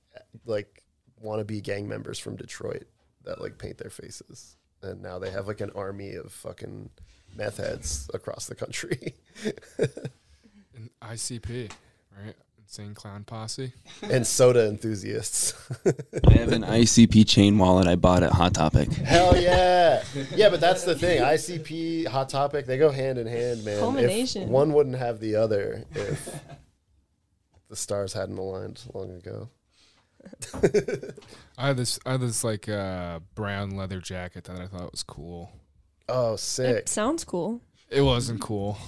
Speaker 3: like wannabe gang members from Detroit that like paint their faces, and now they have like an army of fucking meth heads across the country.
Speaker 1: An ICP, right? Insane Clown Posse.
Speaker 3: and soda enthusiasts.
Speaker 6: I have an ICP chain wallet I bought at Hot Topic.
Speaker 3: Hell yeah, yeah. But that's the thing. ICP, Hot Topic, they go hand in hand, man. If
Speaker 4: Culmination.
Speaker 3: one wouldn't have the other if the stars hadn't aligned long ago.
Speaker 1: I had this, I had this like uh, brown leather jacket that I thought was cool.
Speaker 3: Oh,
Speaker 4: It
Speaker 3: sick.
Speaker 4: sounds cool.
Speaker 1: It wasn't cool.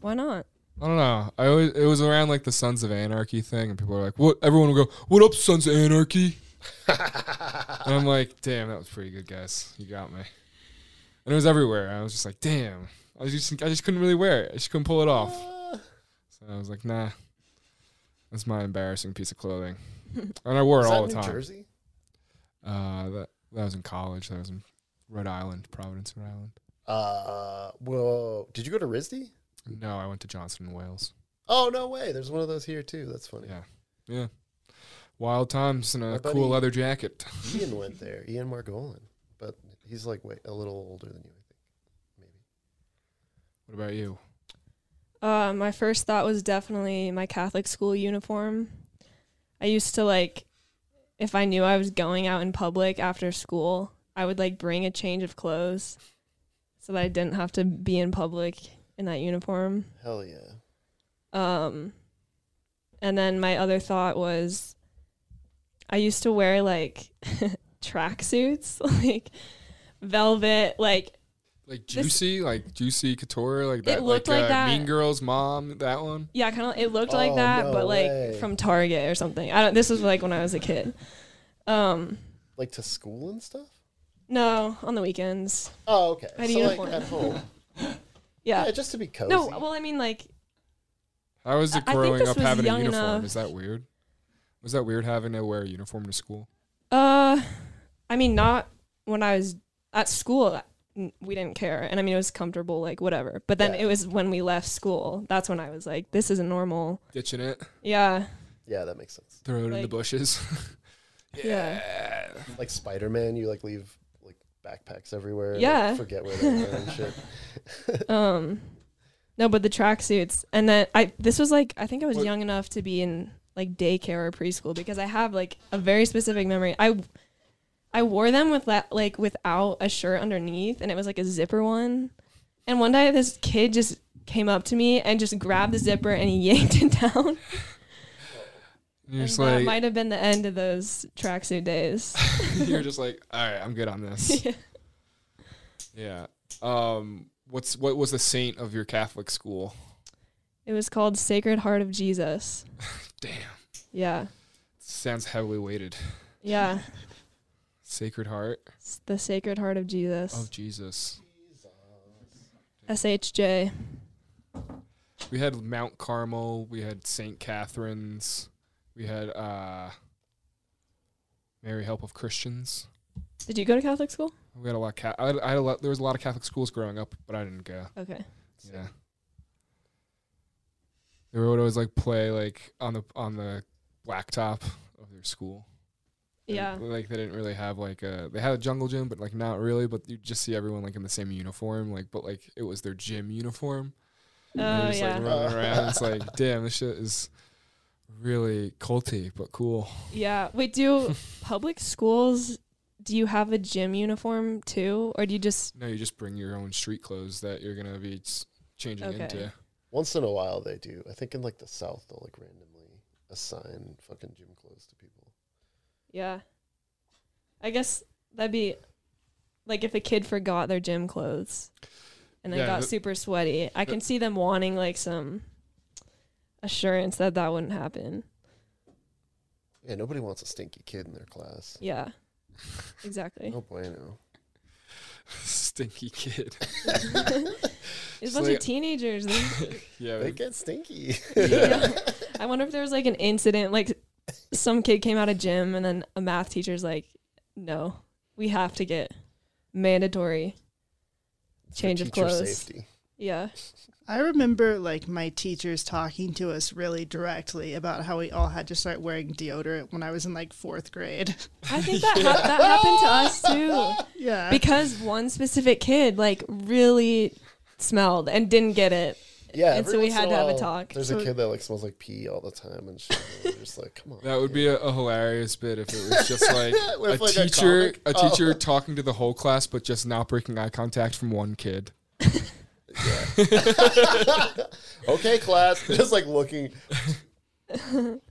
Speaker 4: Why not?
Speaker 1: I don't know. I always, it was around like the Sons of Anarchy thing, and people were like, "What?" Everyone would go, "What up, Sons of Anarchy?" and I'm like, "Damn, that was pretty good, guys. You got me." And it was everywhere. I was just like, "Damn." I was just, I just couldn't really wear it. I just couldn't pull it off. So I was like, "Nah." That's my embarrassing piece of clothing, and I wore it
Speaker 3: Is
Speaker 1: all
Speaker 3: that
Speaker 1: the
Speaker 3: New
Speaker 1: time.
Speaker 3: Jersey?
Speaker 1: Uh, that that was in college. That was in Rhode Island, Providence, Rhode Island.
Speaker 3: Uh, well, did you go to RISD?
Speaker 1: No, I went to Johnson and Wales.
Speaker 3: Oh no way! There's one of those here too. That's funny.
Speaker 1: Yeah. Yeah, wild times and
Speaker 3: My
Speaker 1: a
Speaker 3: buddy-
Speaker 1: cool leather jacket.
Speaker 3: Ian went there. Ian Margolin, but he's like way, a little older than you, I think. Maybe.
Speaker 1: What about you?
Speaker 4: Uh, my first thought was definitely my Catholic school uniform. I used to like, if I knew I was going out in public after school, I would like bring a change of clothes so that I didn't have to be in public in that uniform.
Speaker 3: Hell yeah!
Speaker 4: Um, and then my other thought was I used to wear like tracksuits, like velvet, like
Speaker 1: Like
Speaker 4: This-
Speaker 1: juicy, like juicy couture, like that.
Speaker 4: looked like
Speaker 1: uh,
Speaker 4: that.
Speaker 1: Mean Girls mom, that one.
Speaker 4: Yeah, kind of. It looked
Speaker 3: Oh,
Speaker 4: like that,
Speaker 3: no
Speaker 4: but like
Speaker 3: way.
Speaker 4: from Target or something. I don't. This was like when I was a kid. Um,
Speaker 3: Like to school and stuff.
Speaker 4: no, on the weekends.
Speaker 3: Oh okay.
Speaker 4: At a
Speaker 3: so
Speaker 4: uniform.
Speaker 3: like at home.
Speaker 4: Yeah.
Speaker 3: Yeah, just to be cozy.
Speaker 4: no, well, I mean, like,
Speaker 1: How was it
Speaker 4: I- I think
Speaker 1: growing
Speaker 4: this
Speaker 1: up
Speaker 4: was
Speaker 1: having a
Speaker 4: young
Speaker 1: uniform?
Speaker 4: enough.
Speaker 1: Is that weird? Was that weird having to wear a uniform to school?
Speaker 4: uh, I mean, not when I was at school. uh, n- We didn't care, and I mean, it was comfortable, like whatever. But then
Speaker 3: Yeah.
Speaker 4: it was when we left school. That's when I was like, this isn't normal.
Speaker 1: Ditching it,
Speaker 4: Yeah.
Speaker 3: yeah, that makes sense.
Speaker 1: throw it in the
Speaker 4: Like-
Speaker 1: bushes.
Speaker 4: Yeah.
Speaker 3: Like Spider Man, you like leave like backpacks everywhere. and,
Speaker 4: Yeah.
Speaker 3: Like, forget where they are and shit.
Speaker 4: Um, no, but the tracksuits, and then I. This was like I think I was
Speaker 1: What-
Speaker 4: young enough to be in like daycare or preschool because I have like a very specific memory. I I wore them with la- like without a shirt underneath, and it was like a zipper one. And one day, this kid just came up to me and just grabbed the zipper and he yanked it down.
Speaker 1: You're just
Speaker 4: And uh, that
Speaker 1: like,
Speaker 4: might have been the end of those tracksuit days.
Speaker 1: you're just like, all right, I'm good on this.
Speaker 4: Yeah.
Speaker 1: yeah. Um, what's what was the saint of your Catholic school?
Speaker 4: It was called Sacred Heart of Jesus.
Speaker 1: Damn,
Speaker 4: Yeah,
Speaker 1: sounds heavily weighted.
Speaker 4: yeah,
Speaker 1: Sacred Heart
Speaker 4: It's the Sacred Heart of Jesus.
Speaker 1: of Jesus.
Speaker 4: SHJ.
Speaker 1: We had Mount Carmel. We had Saint Catherine's. We had uh, Mary Help of Christians.
Speaker 4: Did you go to Catholic school?
Speaker 1: We had a lot. Of ca- I, had, I had a lot. There was a lot of Catholic schools growing up, but I didn't go.
Speaker 4: Okay.
Speaker 1: Yeah. They would always like play like on the on the blacktop of their school. They
Speaker 4: Yeah.
Speaker 1: didn't- Like they didn't really have like a they had a jungle gym, but like not really. But you just see everyone like in the same uniform, like but like it was their gym uniform. and
Speaker 4: Oh
Speaker 1: they're just
Speaker 4: yeah.
Speaker 1: like
Speaker 3: Uh.
Speaker 1: running around. It's like, damn, this shit is really culty but cool.
Speaker 4: Yeah. Wait, do public schools do you have a gym uniform too? Or do you just
Speaker 1: No, you just bring your own street clothes that you're gonna be s- changing
Speaker 4: Okay.
Speaker 1: into.
Speaker 3: Once in a while, they do. I think in like the South, they'll like randomly assign fucking gym clothes to people.
Speaker 4: yeah. I guess that'd be like if a kid forgot their gym clothes and they
Speaker 1: Yeah,
Speaker 4: got
Speaker 1: the-
Speaker 4: super sweaty. I can see them wanting like some assurance that that wouldn't happen.
Speaker 3: Yeah, nobody wants a stinky kid in their class.
Speaker 4: Yeah. Exactly.
Speaker 3: No bueno.
Speaker 1: Stinky kid.
Speaker 4: It's
Speaker 1: Just
Speaker 4: a bunch
Speaker 1: like-
Speaker 4: of teenagers. They-
Speaker 1: Yeah,
Speaker 3: They get stinky.
Speaker 4: yeah. I wonder if there was like an incident, like some kid came out of gym and then a math teacher's like, no, we have to get mandatory change of
Speaker 3: Teacher
Speaker 4: clothes.
Speaker 3: Safety.
Speaker 4: Yeah.
Speaker 5: I remember like my teachers talking to us really directly about how we all had to start wearing deodorant when I was in like fourth grade.
Speaker 4: I think that, hap- that happened to us too.
Speaker 5: yeah.
Speaker 4: Because one specific kid like really smelled and didn't get it.
Speaker 3: Yeah,
Speaker 4: And
Speaker 3: every
Speaker 4: so we
Speaker 3: once in
Speaker 4: had to have a
Speaker 3: while,
Speaker 4: talk.
Speaker 3: There's a
Speaker 5: So-
Speaker 3: kid that like smells like pee all the time and shit. and You're just like, come on.
Speaker 1: That would be a, a hilarious bit if it was just like
Speaker 3: With,
Speaker 1: a
Speaker 3: like, a
Speaker 1: teacher,
Speaker 3: comic?
Speaker 1: a,
Speaker 3: Oh.
Speaker 1: teacher talking to the whole class, but just not breaking eye contact from one kid.
Speaker 3: okay, class. Just like looking.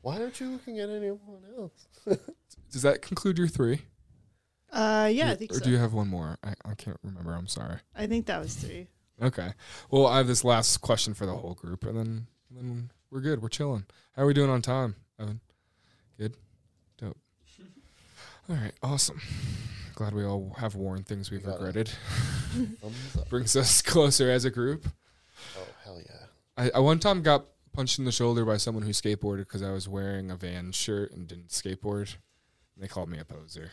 Speaker 3: Why aren't you looking at anyone else?
Speaker 1: Does that conclude your three?
Speaker 5: uh, yeah,
Speaker 1: Or-
Speaker 5: I think
Speaker 1: or
Speaker 5: so.
Speaker 1: do you have one more? I, I can't remember. I'm sorry.
Speaker 5: I think that was three.
Speaker 1: Okay. Well, I have this last question for the whole group, and then then we're good. We're chilling. How are we doing on time, Evan? Good. Dope. All right. Awesome. Glad we all have worn things we've
Speaker 3: got it.
Speaker 1: regretted.
Speaker 3: Thumbs up.
Speaker 1: Brings us closer as a group.
Speaker 3: Oh hell yeah.
Speaker 1: I, I one time got punched in the shoulder by someone who skateboarded because I was wearing a van shirt and didn't skateboard. And they called me a poser.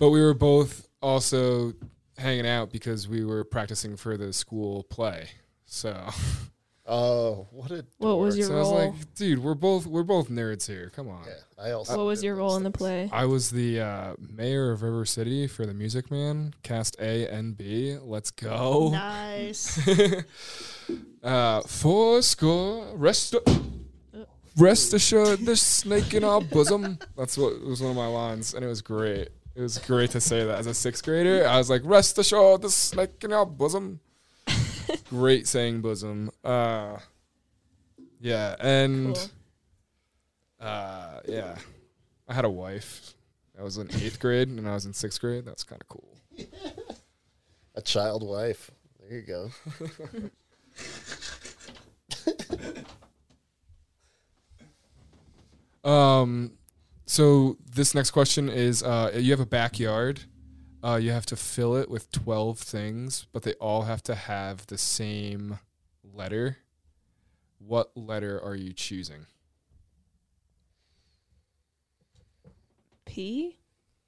Speaker 1: but we were both also hanging out because we were practicing for the school play. So,
Speaker 3: Oh, what a.
Speaker 4: What was
Speaker 3: dork.
Speaker 4: your
Speaker 1: so I was
Speaker 4: role?
Speaker 1: like, dude, we're both we're both nerds here. Come on.
Speaker 3: Yeah, I
Speaker 1: uh,
Speaker 3: also.
Speaker 4: what was
Speaker 3: did
Speaker 4: your
Speaker 3: those
Speaker 4: role in the
Speaker 3: things.
Speaker 4: play?
Speaker 1: I was the uh, mayor of River City for the Music Man, cast A and B. Let's go.
Speaker 5: Nice.
Speaker 1: Uh, four score. Rest, rest assured, the snake in our bosom. That's what was one of my lines, and it was great. It was great to say that as a sixth grader. I was like, rest assured, the snake in our bosom. great saying bosom. Uh, yeah, and
Speaker 4: Cool.
Speaker 1: uh, yeah, I had a wife. I was in eighth grade, and I was in sixth grade. That's kind of cool.
Speaker 3: A child wife. There you go.
Speaker 1: Um, so this next question is: uh, You have a backyard. Uh, you have to fill it with twelve things, but they all have to have the same letter. What letter are you choosing?
Speaker 4: P?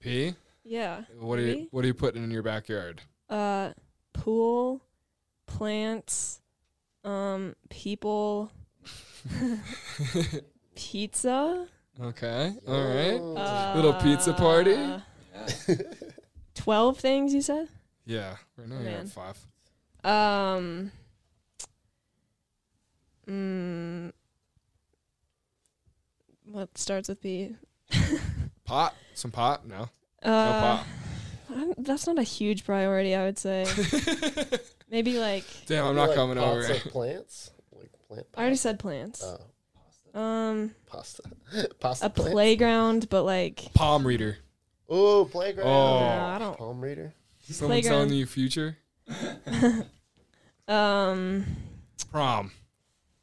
Speaker 1: P.
Speaker 4: Yeah.
Speaker 1: What are you
Speaker 4: Maybe?
Speaker 1: What are you putting in your backyard?
Speaker 4: uh pool plants um people pizza
Speaker 1: Okay. All right.
Speaker 4: uh,
Speaker 1: Little pizza party?
Speaker 4: 12 Uh, things you said
Speaker 1: Yeah. Right now you're
Speaker 4: Man.
Speaker 1: at five.
Speaker 4: um mm, what starts with p
Speaker 1: Pot. Some pot. No. No
Speaker 4: Uh,
Speaker 1: pop.
Speaker 4: I'm- that's not a huge priority, I would say. Maybe like
Speaker 1: Damn, I'm not
Speaker 3: Like
Speaker 1: coming
Speaker 3: pots
Speaker 1: over.
Speaker 3: Of plants, like plant
Speaker 4: I already said plants. um,
Speaker 3: pasta, pasta
Speaker 4: a
Speaker 3: plants.
Speaker 4: playground, but like
Speaker 1: Palm reader.
Speaker 3: Oh, playground.
Speaker 1: Oh.
Speaker 4: no, I don't.
Speaker 3: Palm reader.
Speaker 1: Someone
Speaker 4: Playground.
Speaker 1: telling you future.
Speaker 4: Um,
Speaker 1: Prom.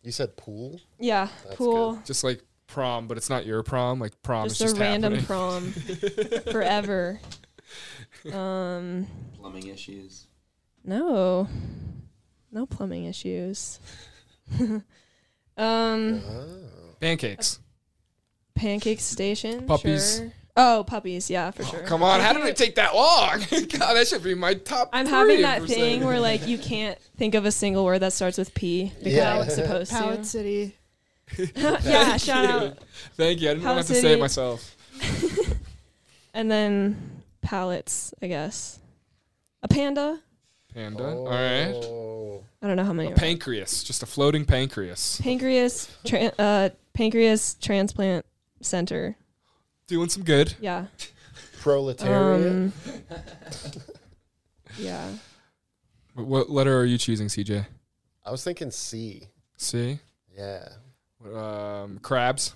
Speaker 3: You said pool.
Speaker 4: yeah, pool.
Speaker 1: Just like prom, but it's not your prom. Like prom
Speaker 4: Just,
Speaker 1: is just
Speaker 4: a random
Speaker 1: happening.
Speaker 4: prom forever. Um,
Speaker 6: Plumbing issues.
Speaker 4: no, no plumbing issues. um,
Speaker 1: Pancakes.
Speaker 4: pancake station.
Speaker 1: Puppies.
Speaker 4: sure. Oh, puppies. Yeah, for sure.
Speaker 1: Come on, how did it take that long? God, that should be my top.
Speaker 4: I'm having
Speaker 1: three
Speaker 4: that
Speaker 1: percent.
Speaker 4: thing where like you can't think of a single word that starts with P because
Speaker 3: Yeah.
Speaker 4: it's supposed
Speaker 5: Powhatan
Speaker 4: to.
Speaker 5: City.
Speaker 4: yeah, shout out.
Speaker 1: Thank you. I didn't
Speaker 4: How
Speaker 1: have to
Speaker 4: did
Speaker 1: say it
Speaker 4: it-
Speaker 1: myself.
Speaker 4: And then pallets, I guess. A panda.
Speaker 1: Panda. All right.
Speaker 3: Oh.
Speaker 4: I don't know how many.
Speaker 1: A
Speaker 4: are-
Speaker 1: pancreas, just a floating pancreas.
Speaker 4: pancreas, tran uh, pancreas transplant center.
Speaker 1: Doing some good.
Speaker 4: Yeah.
Speaker 3: Proletariat.
Speaker 4: Um, yeah.
Speaker 1: What, what letter are you choosing, CJ?
Speaker 3: I was thinking C.
Speaker 1: C.
Speaker 3: Yeah.
Speaker 1: Um, crabs.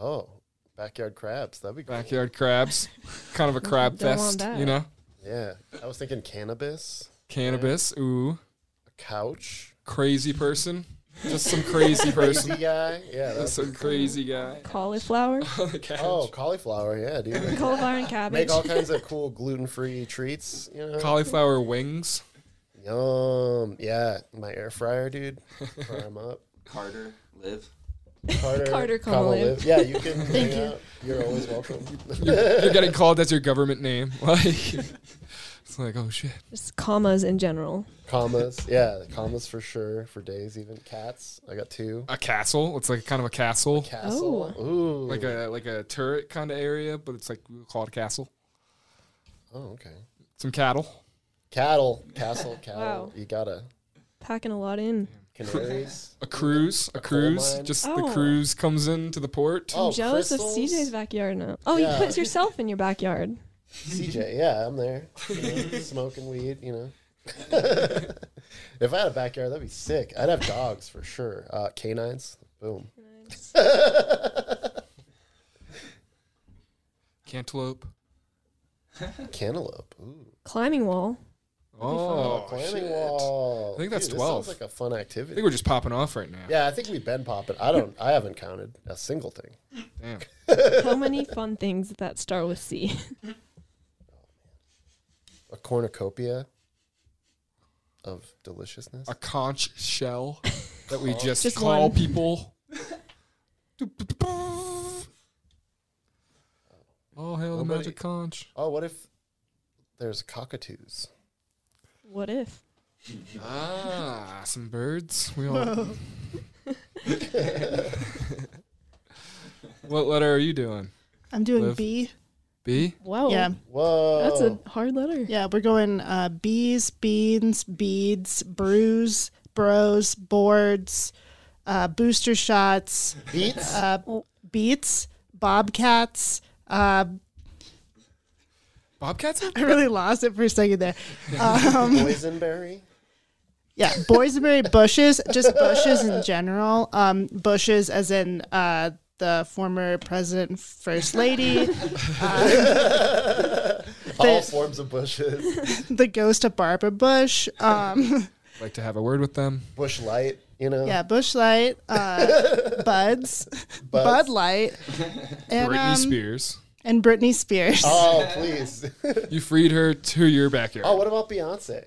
Speaker 3: Oh, backyard crabs. That'd be cool.
Speaker 1: Backyard crabs. kind of a crab
Speaker 4: Don't want
Speaker 1: fest,
Speaker 4: that.
Speaker 1: you know.
Speaker 3: Yeah. I was thinking cannabis,
Speaker 1: Cannabis. Ooh.
Speaker 3: a couch,
Speaker 1: Crazy person. Just some crazy person.
Speaker 3: crazy guy. Yeah.
Speaker 1: Just
Speaker 3: That's,
Speaker 1: some crazy guy
Speaker 4: Cauliflower.
Speaker 1: on the couch.
Speaker 3: oh, cauliflower. Yeah, dude.
Speaker 4: Cauliflower and cabbage.
Speaker 3: Make all kinds of cool gluten-free treats. You know.
Speaker 1: Cauliflower wings.
Speaker 3: Yum. Yeah. My air fryer, dude. Fry 'em up.
Speaker 6: Carter, live.
Speaker 3: Carter.
Speaker 4: Carter,
Speaker 3: comma
Speaker 4: comma,
Speaker 3: live.
Speaker 4: live.
Speaker 3: Yeah, you can.
Speaker 4: Thank
Speaker 3: hang
Speaker 4: you.
Speaker 3: out. You're always welcome.
Speaker 1: You're getting called. That's your government name. Like, it's like, oh shit.
Speaker 4: Just commas in general.
Speaker 3: commas. Yeah, commas for sure. For days, even cats. I got two.
Speaker 1: A castle. It's like kind of a castle.
Speaker 3: Castle.
Speaker 4: Oh.
Speaker 3: Ooh.
Speaker 1: like a like a turret kind of area, but it's like we call it a castle.
Speaker 3: oh, okay.
Speaker 1: Some cattle.
Speaker 3: Cattle, castle, cattle.
Speaker 4: Wow.
Speaker 3: You gotta
Speaker 4: Packing a lot in.
Speaker 3: canaries.
Speaker 1: A cruise, a cruise,
Speaker 3: mine.
Speaker 1: just the
Speaker 4: Oh.
Speaker 1: cruise comes into the port.
Speaker 3: Oh,
Speaker 4: I'm jealous
Speaker 3: crystals?
Speaker 4: of CJ's backyard now. Oh,
Speaker 3: Yeah.
Speaker 4: you put yourself in your backyard.
Speaker 3: CJ, yeah, I'm there. you know, smoking weed, you know. if I had a backyard, that'd be sick. I'd have dogs for sure. Uh, canines. Boom.
Speaker 1: Cantaloupe.
Speaker 3: Cantaloupe. Ooh.
Speaker 4: Climbing wall.
Speaker 1: Oh,
Speaker 3: Climbing
Speaker 1: shit.
Speaker 3: wall.
Speaker 1: I think that's
Speaker 3: Dude,
Speaker 1: 12.
Speaker 3: This sounds like a fun
Speaker 1: I
Speaker 3: activity.
Speaker 1: think we're just popping off right now.
Speaker 3: yeah, I think we've been popping. I don't. I haven't counted a single thing.
Speaker 1: Damn.
Speaker 4: How many fun things that start with C?
Speaker 3: A cornucopia of deliciousness.
Speaker 1: A conch shell that
Speaker 3: Oh.
Speaker 1: we just,
Speaker 4: Just
Speaker 1: call
Speaker 4: one.
Speaker 1: people. oh hell, the
Speaker 3: Nobody-
Speaker 1: magic conch.
Speaker 3: Oh, what if there's cockatoos?
Speaker 4: What if?
Speaker 1: Ah, some birds. We all. what letter are you doing?
Speaker 5: I'm doing
Speaker 1: Liv.
Speaker 5: B.
Speaker 1: B.
Speaker 4: Whoa.
Speaker 5: Yeah.
Speaker 3: Whoa.
Speaker 4: That's a hard letter.
Speaker 5: Yeah, we're going uh, bees, beans, beads, brews, bros, boards, uh, booster shots,
Speaker 3: Beats?
Speaker 5: uh, beats, bobcats. Uh,
Speaker 1: Bobcats.
Speaker 5: I really lost it for a second there.
Speaker 3: Boysenberry?
Speaker 5: Yeah, boysenberry bushes, just bushes in general. Um, bushes, as in uh, the former president, and first lady,
Speaker 3: All forms of bushes.
Speaker 5: the ghost of Barbara Bush. Um,
Speaker 1: Like to have a word with them.
Speaker 3: Bush light, you know?
Speaker 5: yeah, Bushlight, uh, Buds, Bud
Speaker 3: Buds.
Speaker 5: Light, and
Speaker 1: Britney
Speaker 5: um,
Speaker 1: Spears.
Speaker 5: and Britney Spears.
Speaker 3: Oh, please.
Speaker 1: You freed her to your backyard.
Speaker 3: oh, what about Beyonce?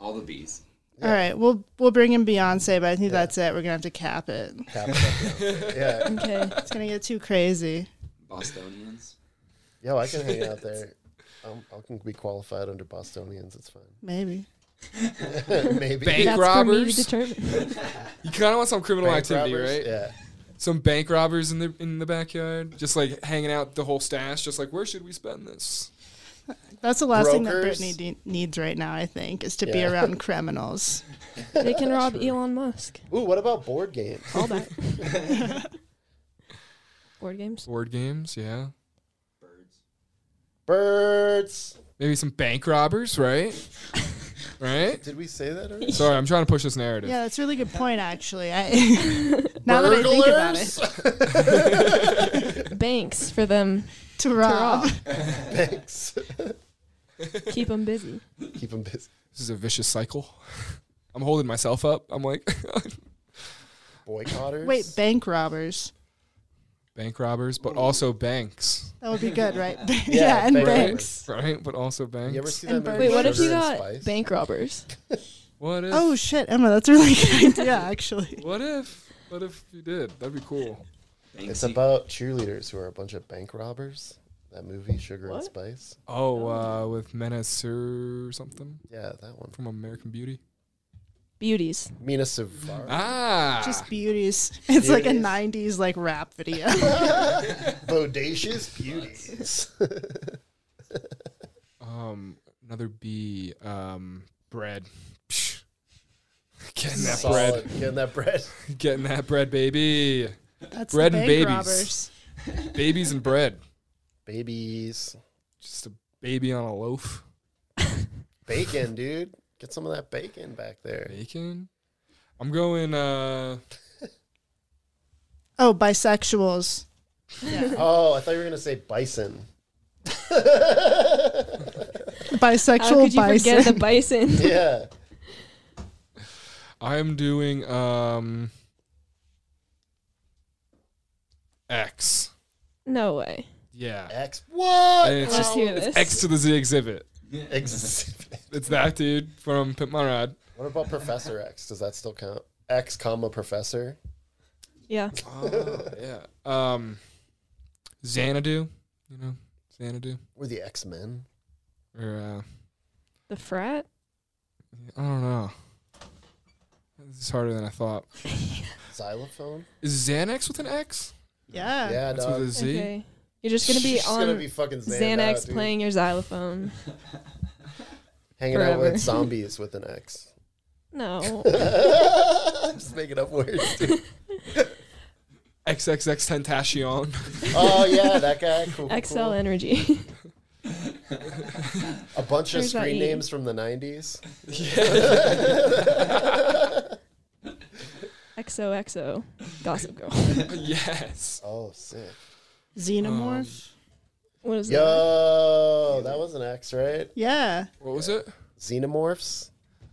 Speaker 6: All the bees.
Speaker 5: All right, we'll we'll bring in Beyonce, but I think that's it. We're gonna have to cap it.
Speaker 3: Cap it up, Beyonce. yeah.
Speaker 4: Okay.
Speaker 5: It's gonna get too crazy.
Speaker 6: Bostonians.
Speaker 3: Yo, I can hang out there. Um, I can be qualified under Bostonians. It's fine.
Speaker 5: Maybe.
Speaker 1: Bank
Speaker 3: Maybe.
Speaker 4: That's for me to
Speaker 1: robbers.
Speaker 4: determine.
Speaker 1: you kind of want some criminal
Speaker 3: Bank
Speaker 1: activity,
Speaker 3: robbers?
Speaker 1: right?
Speaker 3: Yeah.
Speaker 1: Some bank robbers in the in the backyard, just like hanging out the whole stash. Just like, where should we spend this?
Speaker 5: That's the last thing that
Speaker 3: Brokers.
Speaker 5: Britney de- needs right now. I think is to be
Speaker 3: Yeah.
Speaker 5: around criminals.
Speaker 4: They can rob Elon Musk.
Speaker 3: Ooh, what about board games?
Speaker 4: All that. Board games.
Speaker 1: Board games, yeah.
Speaker 6: Birds.
Speaker 3: Birds.
Speaker 1: Maybe some bank robbers, right? right?
Speaker 3: Did we say that already?
Speaker 1: Sorry, I'm trying to push this narrative.
Speaker 5: Yeah, that's a really good point, actually. I now that I think about
Speaker 3: Burglars?
Speaker 5: it,
Speaker 4: Banks for them
Speaker 5: to
Speaker 4: to
Speaker 5: rob.
Speaker 4: rob.
Speaker 3: Thanks.
Speaker 4: Keep them busy.
Speaker 3: Keep them busy.
Speaker 1: This is a vicious cycle. I'm holding myself up. I'm like
Speaker 3: Boycotters.
Speaker 5: Wait, bank robbers.
Speaker 1: bank robbers, but also banks,
Speaker 5: That would be good, right? yeah,
Speaker 3: Yeah,
Speaker 5: and
Speaker 3: bank
Speaker 5: banks.
Speaker 1: right? But also banks.
Speaker 3: you ever see
Speaker 5: And
Speaker 3: that movie?
Speaker 4: Wait, what if
Speaker 3: Sugar
Speaker 4: you
Speaker 3: and
Speaker 4: got
Speaker 3: Spice?
Speaker 4: bank robbers?
Speaker 1: what if?
Speaker 5: Oh shit, Emma, that's a really good idea, actually.
Speaker 1: what if? What if you did? That'd be cool.
Speaker 3: It's about cheerleaders who are a bunch of bank robbers. That movie, Sugar and
Speaker 4: What?
Speaker 3: Spice.
Speaker 1: Oh, uh, with Mena Sur or something
Speaker 3: Yeah, that one.
Speaker 1: from American Beauty.
Speaker 4: Beauties.
Speaker 3: Mina Savara.
Speaker 1: Ah,
Speaker 5: Just beauties. It's like a
Speaker 3: Beauties.
Speaker 5: '90s like rap video.
Speaker 3: Bodacious beauties.
Speaker 1: um, another B. Um, bread. Psh. Getting that
Speaker 3: Solid.
Speaker 1: bread.
Speaker 3: Getting that bread.
Speaker 1: Getting that bread, baby.
Speaker 5: That's
Speaker 1: Bread
Speaker 5: the
Speaker 1: and
Speaker 5: bank
Speaker 1: babies.
Speaker 5: robbers.
Speaker 1: Babies and bread.
Speaker 3: Babies.
Speaker 1: Just a baby on a loaf.
Speaker 3: Bacon, dude. Get some of that bacon back there.
Speaker 1: Bacon. I'm going. Uh,
Speaker 5: Oh, bisexuals.
Speaker 3: Oh, I thought you were going to say bison.
Speaker 4: How could
Speaker 5: Bisexual
Speaker 4: you
Speaker 5: bison.
Speaker 4: forget the bison?
Speaker 3: Yeah.
Speaker 1: I'm doing um X.
Speaker 4: no way.
Speaker 1: Yeah.
Speaker 3: X. What?
Speaker 1: And it's
Speaker 4: Let's
Speaker 1: just
Speaker 4: hear this.
Speaker 1: X to the Z exhibit.
Speaker 3: Ex-
Speaker 1: It's that dude from Pimp My Ride.
Speaker 3: what about Professor X? Does that still count? X, comma, Professor.
Speaker 4: yeah.
Speaker 3: Oh,
Speaker 1: yeah. Um Xanadu, you know, Xanadu.
Speaker 3: We're the X Men.
Speaker 1: Or
Speaker 4: The frat?
Speaker 1: uh I don't know. This is harder than I thought.
Speaker 3: Xylophone.
Speaker 1: Is Xanax with an X?
Speaker 5: yeah.
Speaker 3: Yeah,
Speaker 1: That's
Speaker 3: dog.
Speaker 1: with a Z.
Speaker 4: Okay. You're just going to be
Speaker 3: She's
Speaker 4: on
Speaker 3: gonna be fucking zanned
Speaker 4: Xanax
Speaker 3: out, dude.
Speaker 4: playing your xylophone.
Speaker 3: hanging out
Speaker 4: forever.
Speaker 3: with zombies with an X.
Speaker 4: No.
Speaker 3: Just making up words, dude.
Speaker 1: XXX Tentacion.
Speaker 3: Oh yeah, that guy. Cool, cool,
Speaker 4: XL
Speaker 3: cool.
Speaker 4: energy.
Speaker 3: A bunch of
Speaker 4: There's that
Speaker 3: screen
Speaker 4: E.
Speaker 3: names from the '90s.
Speaker 4: XOXO. Gossip Girl.
Speaker 1: yes. Um,
Speaker 3: Oh, sick.
Speaker 5: Xenomorph.
Speaker 4: What is that?
Speaker 3: Yo, that was an X, right?
Speaker 5: yeah.
Speaker 1: What was it?
Speaker 3: Xenomorphs.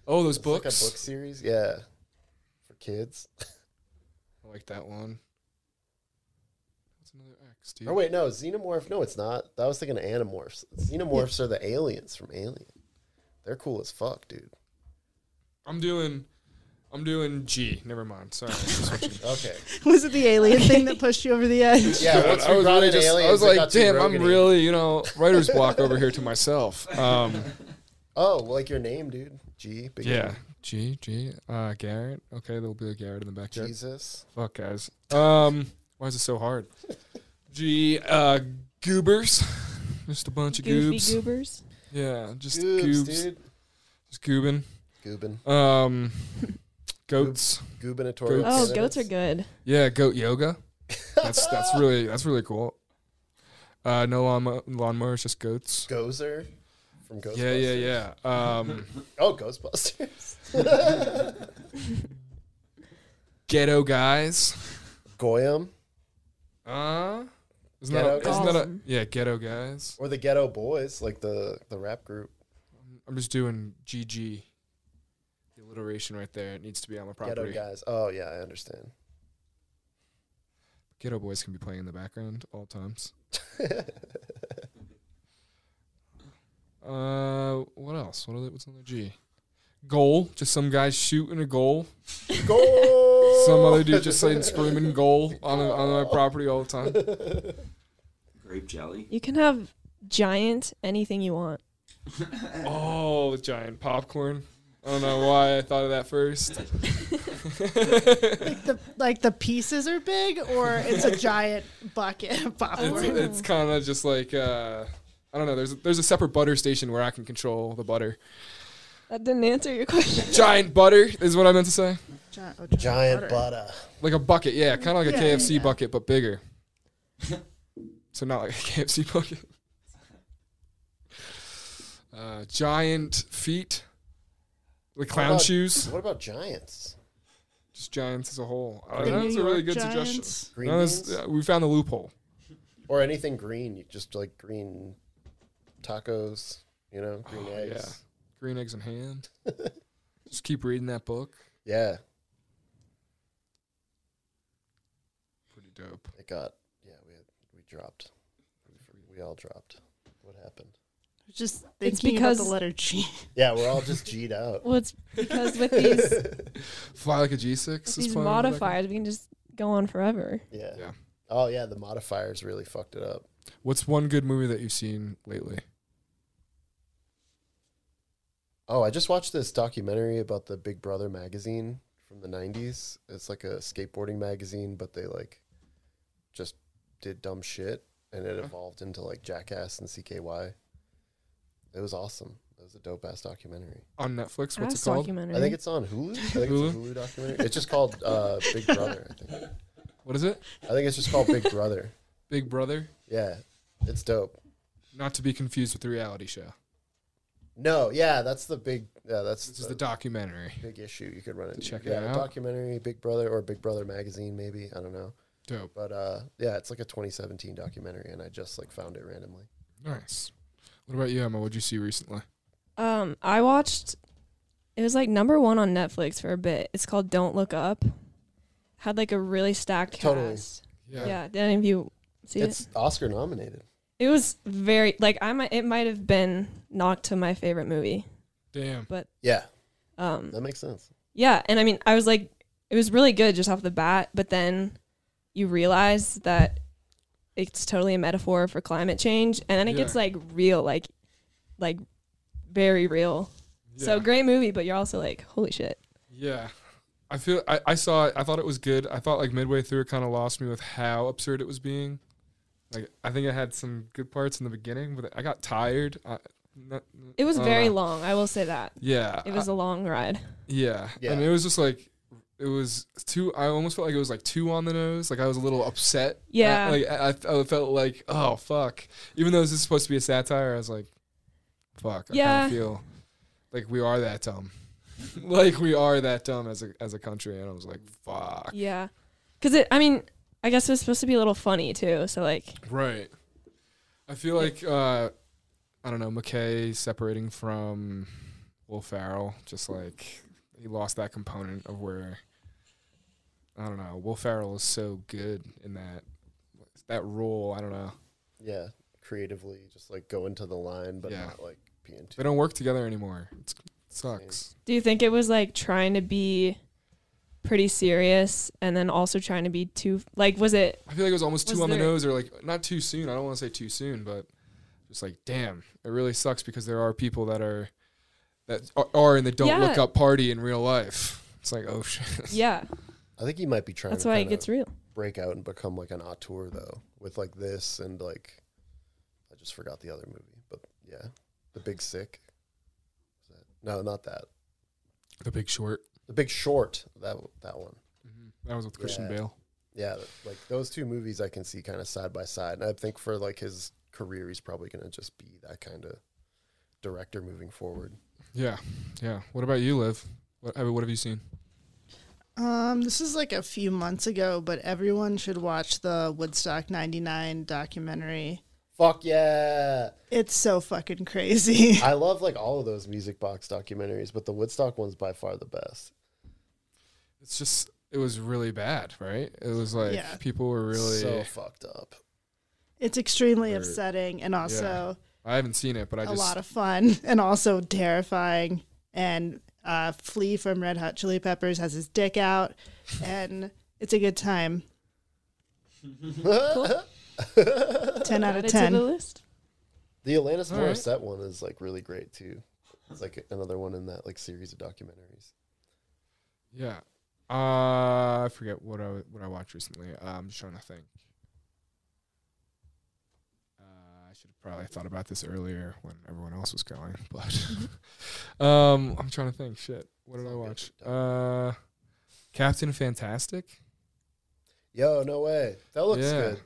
Speaker 1: Oh, those
Speaker 3: It's like
Speaker 1: books.
Speaker 3: a book series. Yeah, for kids.
Speaker 1: I like that one. What's another X, dude?
Speaker 3: Or Oh, wait, no, Xenomorph. No, it's not. I was thinking of Animorphs. Xenomorphs are the aliens from Alien. They're cool as fuck, dude.
Speaker 1: I'm doing, I'm doing G. Never mind. Sorry. I'm switching.
Speaker 3: Okay.
Speaker 5: Was it the alien thing that pushed you over the edge?
Speaker 3: Yeah,
Speaker 1: God,
Speaker 3: once
Speaker 1: I
Speaker 3: we
Speaker 1: was
Speaker 3: brought
Speaker 1: really
Speaker 3: in
Speaker 1: just,
Speaker 3: aliens,
Speaker 1: I was
Speaker 3: it
Speaker 1: like,
Speaker 3: got too
Speaker 1: damn, I'm
Speaker 3: rogan-y.
Speaker 1: really, you know, writer's block over here to myself. Um,
Speaker 3: Oh, like your name, dude. G. Big
Speaker 1: yeah.
Speaker 3: M,
Speaker 1: G, G, uh, Garrett. Okay, there'll be a Garrett in the backyard.
Speaker 3: Jesus.
Speaker 1: Fuck, guys. Um, why is it so hard? G, uh, goobers. Just a bunch of
Speaker 4: Goofy
Speaker 1: goobs.
Speaker 4: goobers.
Speaker 1: Yeah, just
Speaker 3: Goobs,
Speaker 1: goobs.
Speaker 3: dude.
Speaker 1: Just goobin.
Speaker 3: Goobin.
Speaker 1: Um, goats.
Speaker 3: Gubernatorial.
Speaker 4: Oh, goats
Speaker 3: candidates.
Speaker 4: are good.
Speaker 1: Yeah, goat yoga. That's that's really that's really cool. Uh, no lawn lawnmowers, just goats.
Speaker 3: Gozer from Ghostbusters.
Speaker 1: Yeah, yeah, yeah. Um,
Speaker 3: Oh, Ghostbusters.
Speaker 1: ghetto guys.
Speaker 3: Goyam
Speaker 1: Uh, isn't
Speaker 3: Ghetto
Speaker 1: that, a, isn't that a
Speaker 4: guys.
Speaker 1: yeah ghetto guys?
Speaker 3: or the Ghetto Boys, like the the rap group.
Speaker 1: I'm just doing GG. The alliteration right there. It needs to be on the property.
Speaker 3: Ghetto guys. Oh yeah, I understand.
Speaker 1: Ghetto boys can be playing in the background all times. uh, what else? What are the, what's another G? Goal. Just some guy shooting a goal.
Speaker 3: Goal.
Speaker 1: Some other dude just saying screaming goal on a, on my property all the time.
Speaker 6: Grape jelly.
Speaker 4: You can have giant anything you want.
Speaker 1: Oh, giant popcorn. I don't know why I thought of that first.
Speaker 5: Like the like the pieces are big, or it's a giant bucket of
Speaker 1: It's,
Speaker 5: popcorn.
Speaker 1: it's kind of just like uh, I don't know. There's there's a separate butter station where I can control the butter.
Speaker 4: That didn't answer your question.
Speaker 1: Giant butter is what I meant to say.
Speaker 5: Giant, oh,
Speaker 3: Giant
Speaker 5: butter.
Speaker 3: butter.
Speaker 1: Like a bucket, yeah, kind of like a
Speaker 5: Yeah,
Speaker 1: KFC
Speaker 5: yeah.
Speaker 1: bucket but bigger. so not like a KFC bucket. Uh, giant feet, the
Speaker 3: What
Speaker 1: clown
Speaker 3: about-
Speaker 1: shoes,
Speaker 3: What about giants?
Speaker 1: just giants as a whole. Uh,
Speaker 5: The
Speaker 1: that
Speaker 5: New
Speaker 1: was a really
Speaker 5: York
Speaker 1: good
Speaker 5: Giants.
Speaker 1: suggestion.
Speaker 3: Green
Speaker 1: That was-
Speaker 3: beans?
Speaker 1: uh, we found the loophole.
Speaker 3: Or anything green? You just like green tacos, you know, green
Speaker 1: Oh, yeah,
Speaker 3: eggs.
Speaker 1: green eggs and ham. just keep reading that book.
Speaker 3: Yeah.
Speaker 1: Pretty dope.
Speaker 3: It got yeah, we had, we dropped. We all dropped. What happened?
Speaker 5: Just
Speaker 4: It's
Speaker 5: thinking about
Speaker 4: because-
Speaker 5: the letter G.
Speaker 3: Yeah, we're all just G'd out.
Speaker 4: Well, it's because with these
Speaker 1: Fly like a G6
Speaker 4: with
Speaker 1: is
Speaker 4: these
Speaker 1: playing in the background.
Speaker 4: modifiers, we can just go on forever.
Speaker 3: Yeah.
Speaker 1: Yeah.
Speaker 3: Oh yeah, the modifiers really fucked it up.
Speaker 1: What's one good movie that you've seen lately?
Speaker 3: Oh, I just watched this documentary about the Big Brother magazine from the '90s. It's like a skateboarding magazine, but they like just did dumb shit, and
Speaker 1: Mm-hmm.
Speaker 3: it evolved into like Jackass and CKY. It was awesome. It was a dope ass documentary.
Speaker 1: On Netflix, what's
Speaker 4: Ass
Speaker 1: it called?
Speaker 4: documentary.
Speaker 3: I think it's on Hulu. I think
Speaker 1: Hulu?
Speaker 3: it's a Hulu documentary. It's just called uh, Big Brother. I think.
Speaker 1: What is it?
Speaker 3: I think it's just called Big Brother.
Speaker 1: Big Brother.
Speaker 3: Yeah, it's dope.
Speaker 1: Not to be confused with the reality show.
Speaker 3: No, yeah, that's the big. Yeah, that's
Speaker 1: This is the documentary.
Speaker 3: big issue you could run into.
Speaker 1: Check it
Speaker 3: yeah, a
Speaker 1: out.
Speaker 3: documentary, Big Brother, or Big Brother magazine, maybe. I don't know,
Speaker 1: Dope.
Speaker 3: but uh, yeah, it's like a 2017 documentary, and I just like found it randomly.
Speaker 1: Nice. What about you, Emma? What'd you see recently?
Speaker 4: Um, I watched. It was like number one on Netflix for a bit. It's called Don't Look Up. Had like a really stacked
Speaker 3: Totally.
Speaker 4: cast. Yeah. Did any of you see it?
Speaker 3: It's Oscar nominated.
Speaker 4: It was very like I might. It might have been knocked to my favorite movie.
Speaker 1: Damn.
Speaker 3: Yeah,
Speaker 4: Um,
Speaker 3: that makes sense.
Speaker 4: yeah, and I mean, I was like, it was really good just off the bat, but then you realize that it's totally a metaphor for climate change, and then it
Speaker 1: Yeah.
Speaker 4: gets like real, like, like very real. So
Speaker 1: Yeah.
Speaker 4: great movie, but you're also like, holy shit.
Speaker 1: Yeah. I feel I, I saw it. I thought it was good. I thought like midway through it kind of lost me with how absurd it was being. Like I think I had some good parts in the beginning, but I got tired. I, not,
Speaker 4: It was
Speaker 1: I don't
Speaker 4: very
Speaker 1: know.
Speaker 4: long. I will say that
Speaker 1: Yeah.
Speaker 4: it was a long ride.
Speaker 1: Yeah.
Speaker 3: Yeah.
Speaker 1: And it was just like it was too I almost felt like it was like too on the nose. Like I was a little upset.
Speaker 4: Yeah.
Speaker 1: I, like I, I felt like, oh fuck. Even though this is supposed to be a satire, I was like, fuck. I
Speaker 4: Yeah.
Speaker 1: kinda feel like we are that dumb. like we are that dumb as a as a country. And I was like, fuck.
Speaker 4: Yeah, because it. I mean, I guess it was supposed to be a little funny too. So like,
Speaker 1: Right. I feel like uh I don't know, McKay separating from Will Farrell, just like he lost that component of where I don't know, Will Farrell is so good in that that role, I don't know.
Speaker 3: Yeah, creatively, just like go into the line, but
Speaker 1: Yeah.
Speaker 3: not like being too.
Speaker 1: They don't work together anymore. It's, it sucks.
Speaker 4: do you think it was like trying to be pretty serious and then also trying to be too like was it
Speaker 1: I feel like it was almost
Speaker 4: Was
Speaker 1: too on the
Speaker 4: there-
Speaker 1: nose or like not too soon. I don't want to say too soon, but just like damn, it really sucks because there are people that are that are- are and they don't look
Speaker 4: Yeah.
Speaker 1: up party in real life. It's like, oh shit.
Speaker 4: yeah
Speaker 3: I think he might be trying.
Speaker 4: that's
Speaker 3: to
Speaker 4: why it
Speaker 3: kinda
Speaker 4: gets real
Speaker 3: break out and become like an auteur though, with like this and like I just forgot the other movie, but yeah, The Big Sick. Is that- No, not that.
Speaker 1: The Big Short.
Speaker 3: The Big Short. That that one.
Speaker 1: That was with Christian
Speaker 3: Yeah.
Speaker 1: Bale.
Speaker 3: Yeah, th- like those two movies I can see kind of side by side, and I think for like his career, he's probably gonna just be that kind of director moving forward.
Speaker 1: Yeah, yeah. What about you, Liv? What, I mean, what have you seen?
Speaker 5: Um, this is like a few months ago, but everyone should watch the Woodstock 99 documentary.
Speaker 3: Fuck yeah!
Speaker 5: It's so fucking crazy.
Speaker 3: I love like all of those music box documentaries, but the Woodstock one's by far the best.
Speaker 1: It's just it was really bad, right? It was like
Speaker 5: Yeah.
Speaker 1: people were really.
Speaker 3: so fucked up.
Speaker 5: It's extremely
Speaker 1: Or-
Speaker 5: upsetting and also
Speaker 1: I haven't seen it, but I
Speaker 5: a
Speaker 1: just
Speaker 5: lot of fun and also terrifying. And uh, Flea from Red Hot Chili Peppers has his dick out, and it's a good time. 10 out of
Speaker 4: Added to the
Speaker 5: 10.
Speaker 4: list
Speaker 3: The Alanis
Speaker 1: All right.
Speaker 3: Morissette one is like really great too. It's like another one in that like series of documentaries.
Speaker 1: yeah. Uh, I forget what I what I watched recently. Uh, I'm just trying to think. Uh, I should have probably thought about this earlier when everyone else was going, but um, I'm trying to think. Shit, what did I watch? Uh, Captain Fantastic.
Speaker 3: Yo, no way. That looks good.
Speaker 1: It's-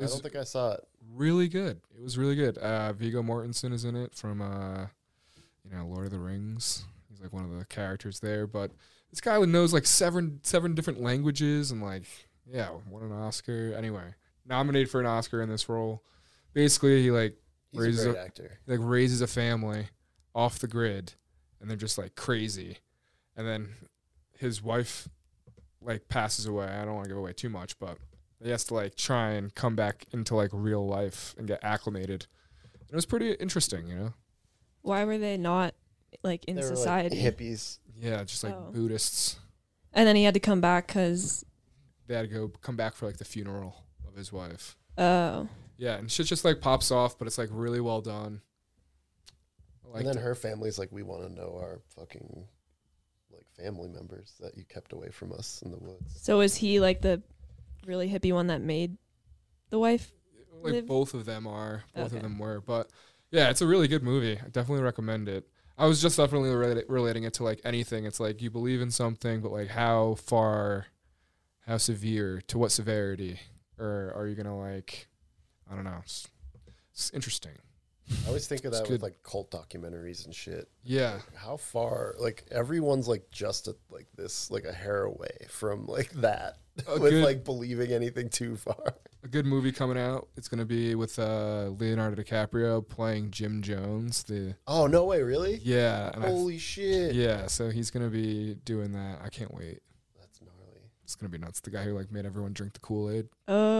Speaker 3: I don't think I saw it.
Speaker 1: really good. It was really good. Uh, Vigo Mortensen is in it from uh, you know, Lord of the Rings. He's like one of the characters there, but this guy who knows like seven seven different languages and like yeah, won an Oscar. Anyway, nominated for an Oscar in this role. Basically, he like
Speaker 3: He's
Speaker 1: Raises
Speaker 3: a great
Speaker 1: up-
Speaker 3: actor.
Speaker 1: like raises a family off the grid and they're just like crazy and then his wife like passes away i don't want to give away too much but he has to like try and come back into like real life and get acclimated it was pretty interesting you know
Speaker 4: Why were they not like in
Speaker 3: They were, like,
Speaker 4: society?
Speaker 3: hippies.
Speaker 1: yeah just like
Speaker 4: Oh.
Speaker 1: buddhists
Speaker 4: and then he had to come back because
Speaker 1: they had to go come back for like the funeral of his wife
Speaker 4: oh,
Speaker 1: yeah and shit just like pops off but it's like really well done like
Speaker 3: and then her family's like, we want to know our fucking like family members that you kept away from us in the woods.
Speaker 4: so was he like the really hippie one that made the wife?
Speaker 1: like
Speaker 4: live-
Speaker 1: both of them are both
Speaker 4: Okay.
Speaker 1: of them were but yeah it's a really good movie i definitely recommend it i was just definitely rela- relating it to like anything it's like you believe in something but like how far how severe to what severity or are you gonna like i don't know it's, it's interesting
Speaker 3: I always think of
Speaker 1: It's
Speaker 3: that with
Speaker 1: good.
Speaker 3: like cult documentaries and shit.
Speaker 1: yeah
Speaker 3: How far? Like everyone's like just at like this, like a hair away from like that,
Speaker 1: A
Speaker 3: with
Speaker 1: Oh, good-
Speaker 3: like believing anything too far.
Speaker 1: a good movie coming out it's gonna be with uh leonardo dicaprio playing jim jones the
Speaker 3: Oh no way! Really?
Speaker 1: yeah and I-
Speaker 3: Holy shit!
Speaker 1: yeah so he's gonna be doing that i can't wait
Speaker 3: That's gnarly.
Speaker 1: it's gonna be nuts the guy who like made everyone drink the kool-aid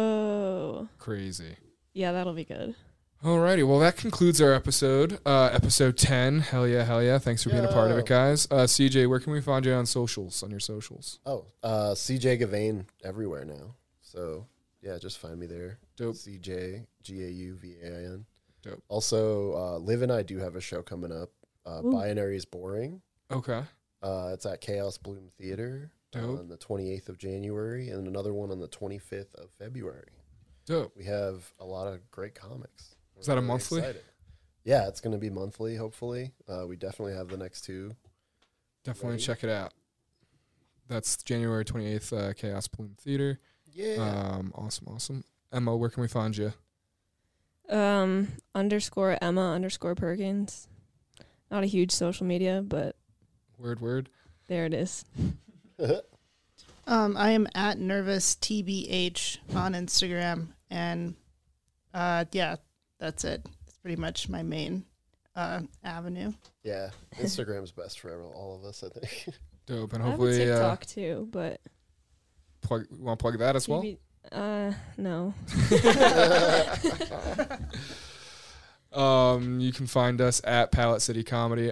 Speaker 4: Oh,
Speaker 1: crazy
Speaker 4: yeah, that'll be good.
Speaker 1: Alrighty, well that concludes our episode. Uh, episode ten. Hell yeah, hell yeah. Thanks for being a part of
Speaker 3: Yeah.
Speaker 1: it, guys. Uh, CJ, where can we find you on socials? On your socials.
Speaker 3: Oh, uh, CJ Gavain everywhere now. So yeah, just find me there.
Speaker 1: Dope.
Speaker 3: CJ G A U V A I N.
Speaker 1: Dope.
Speaker 3: Also, uh, Liv and I do have a show coming up. Uh,
Speaker 4: Ooh.
Speaker 3: Binary is boring.
Speaker 1: Okay.
Speaker 3: Uh, it's at Chaos Bloom Theater
Speaker 1: Dope.
Speaker 3: on the 28th of January, and another one on the 25th of February.
Speaker 1: Dope.
Speaker 3: We have a lot of great comics. We're
Speaker 1: Is that a monthly?
Speaker 3: Yeah, it's going to be monthly. Hopefully, uh, we definitely have the next two.
Speaker 1: Definitely
Speaker 3: Ready?
Speaker 1: check it out. That's January twenty eighth, uh, Chaos Bloom Theater.
Speaker 3: Yeah.
Speaker 1: Um, awesome, awesome. Emma, where can we find you?
Speaker 4: Um, underscore Emma underscore Perkins. Not a huge social media, but
Speaker 1: Word, word.
Speaker 4: there it is.
Speaker 5: Um, I am at nervous tbh on Instagram, and uh, yeah, that's it. It's pretty much my main uh, avenue.
Speaker 3: yeah, Instagram's best for all of us, I think.
Speaker 1: Dope. And
Speaker 4: I have a
Speaker 1: hopefully, uh,
Speaker 4: TikTok too, but
Speaker 1: plug. You want to plug that as well?
Speaker 4: TV uh, no.
Speaker 1: Um, you can find us at Palette City Comedy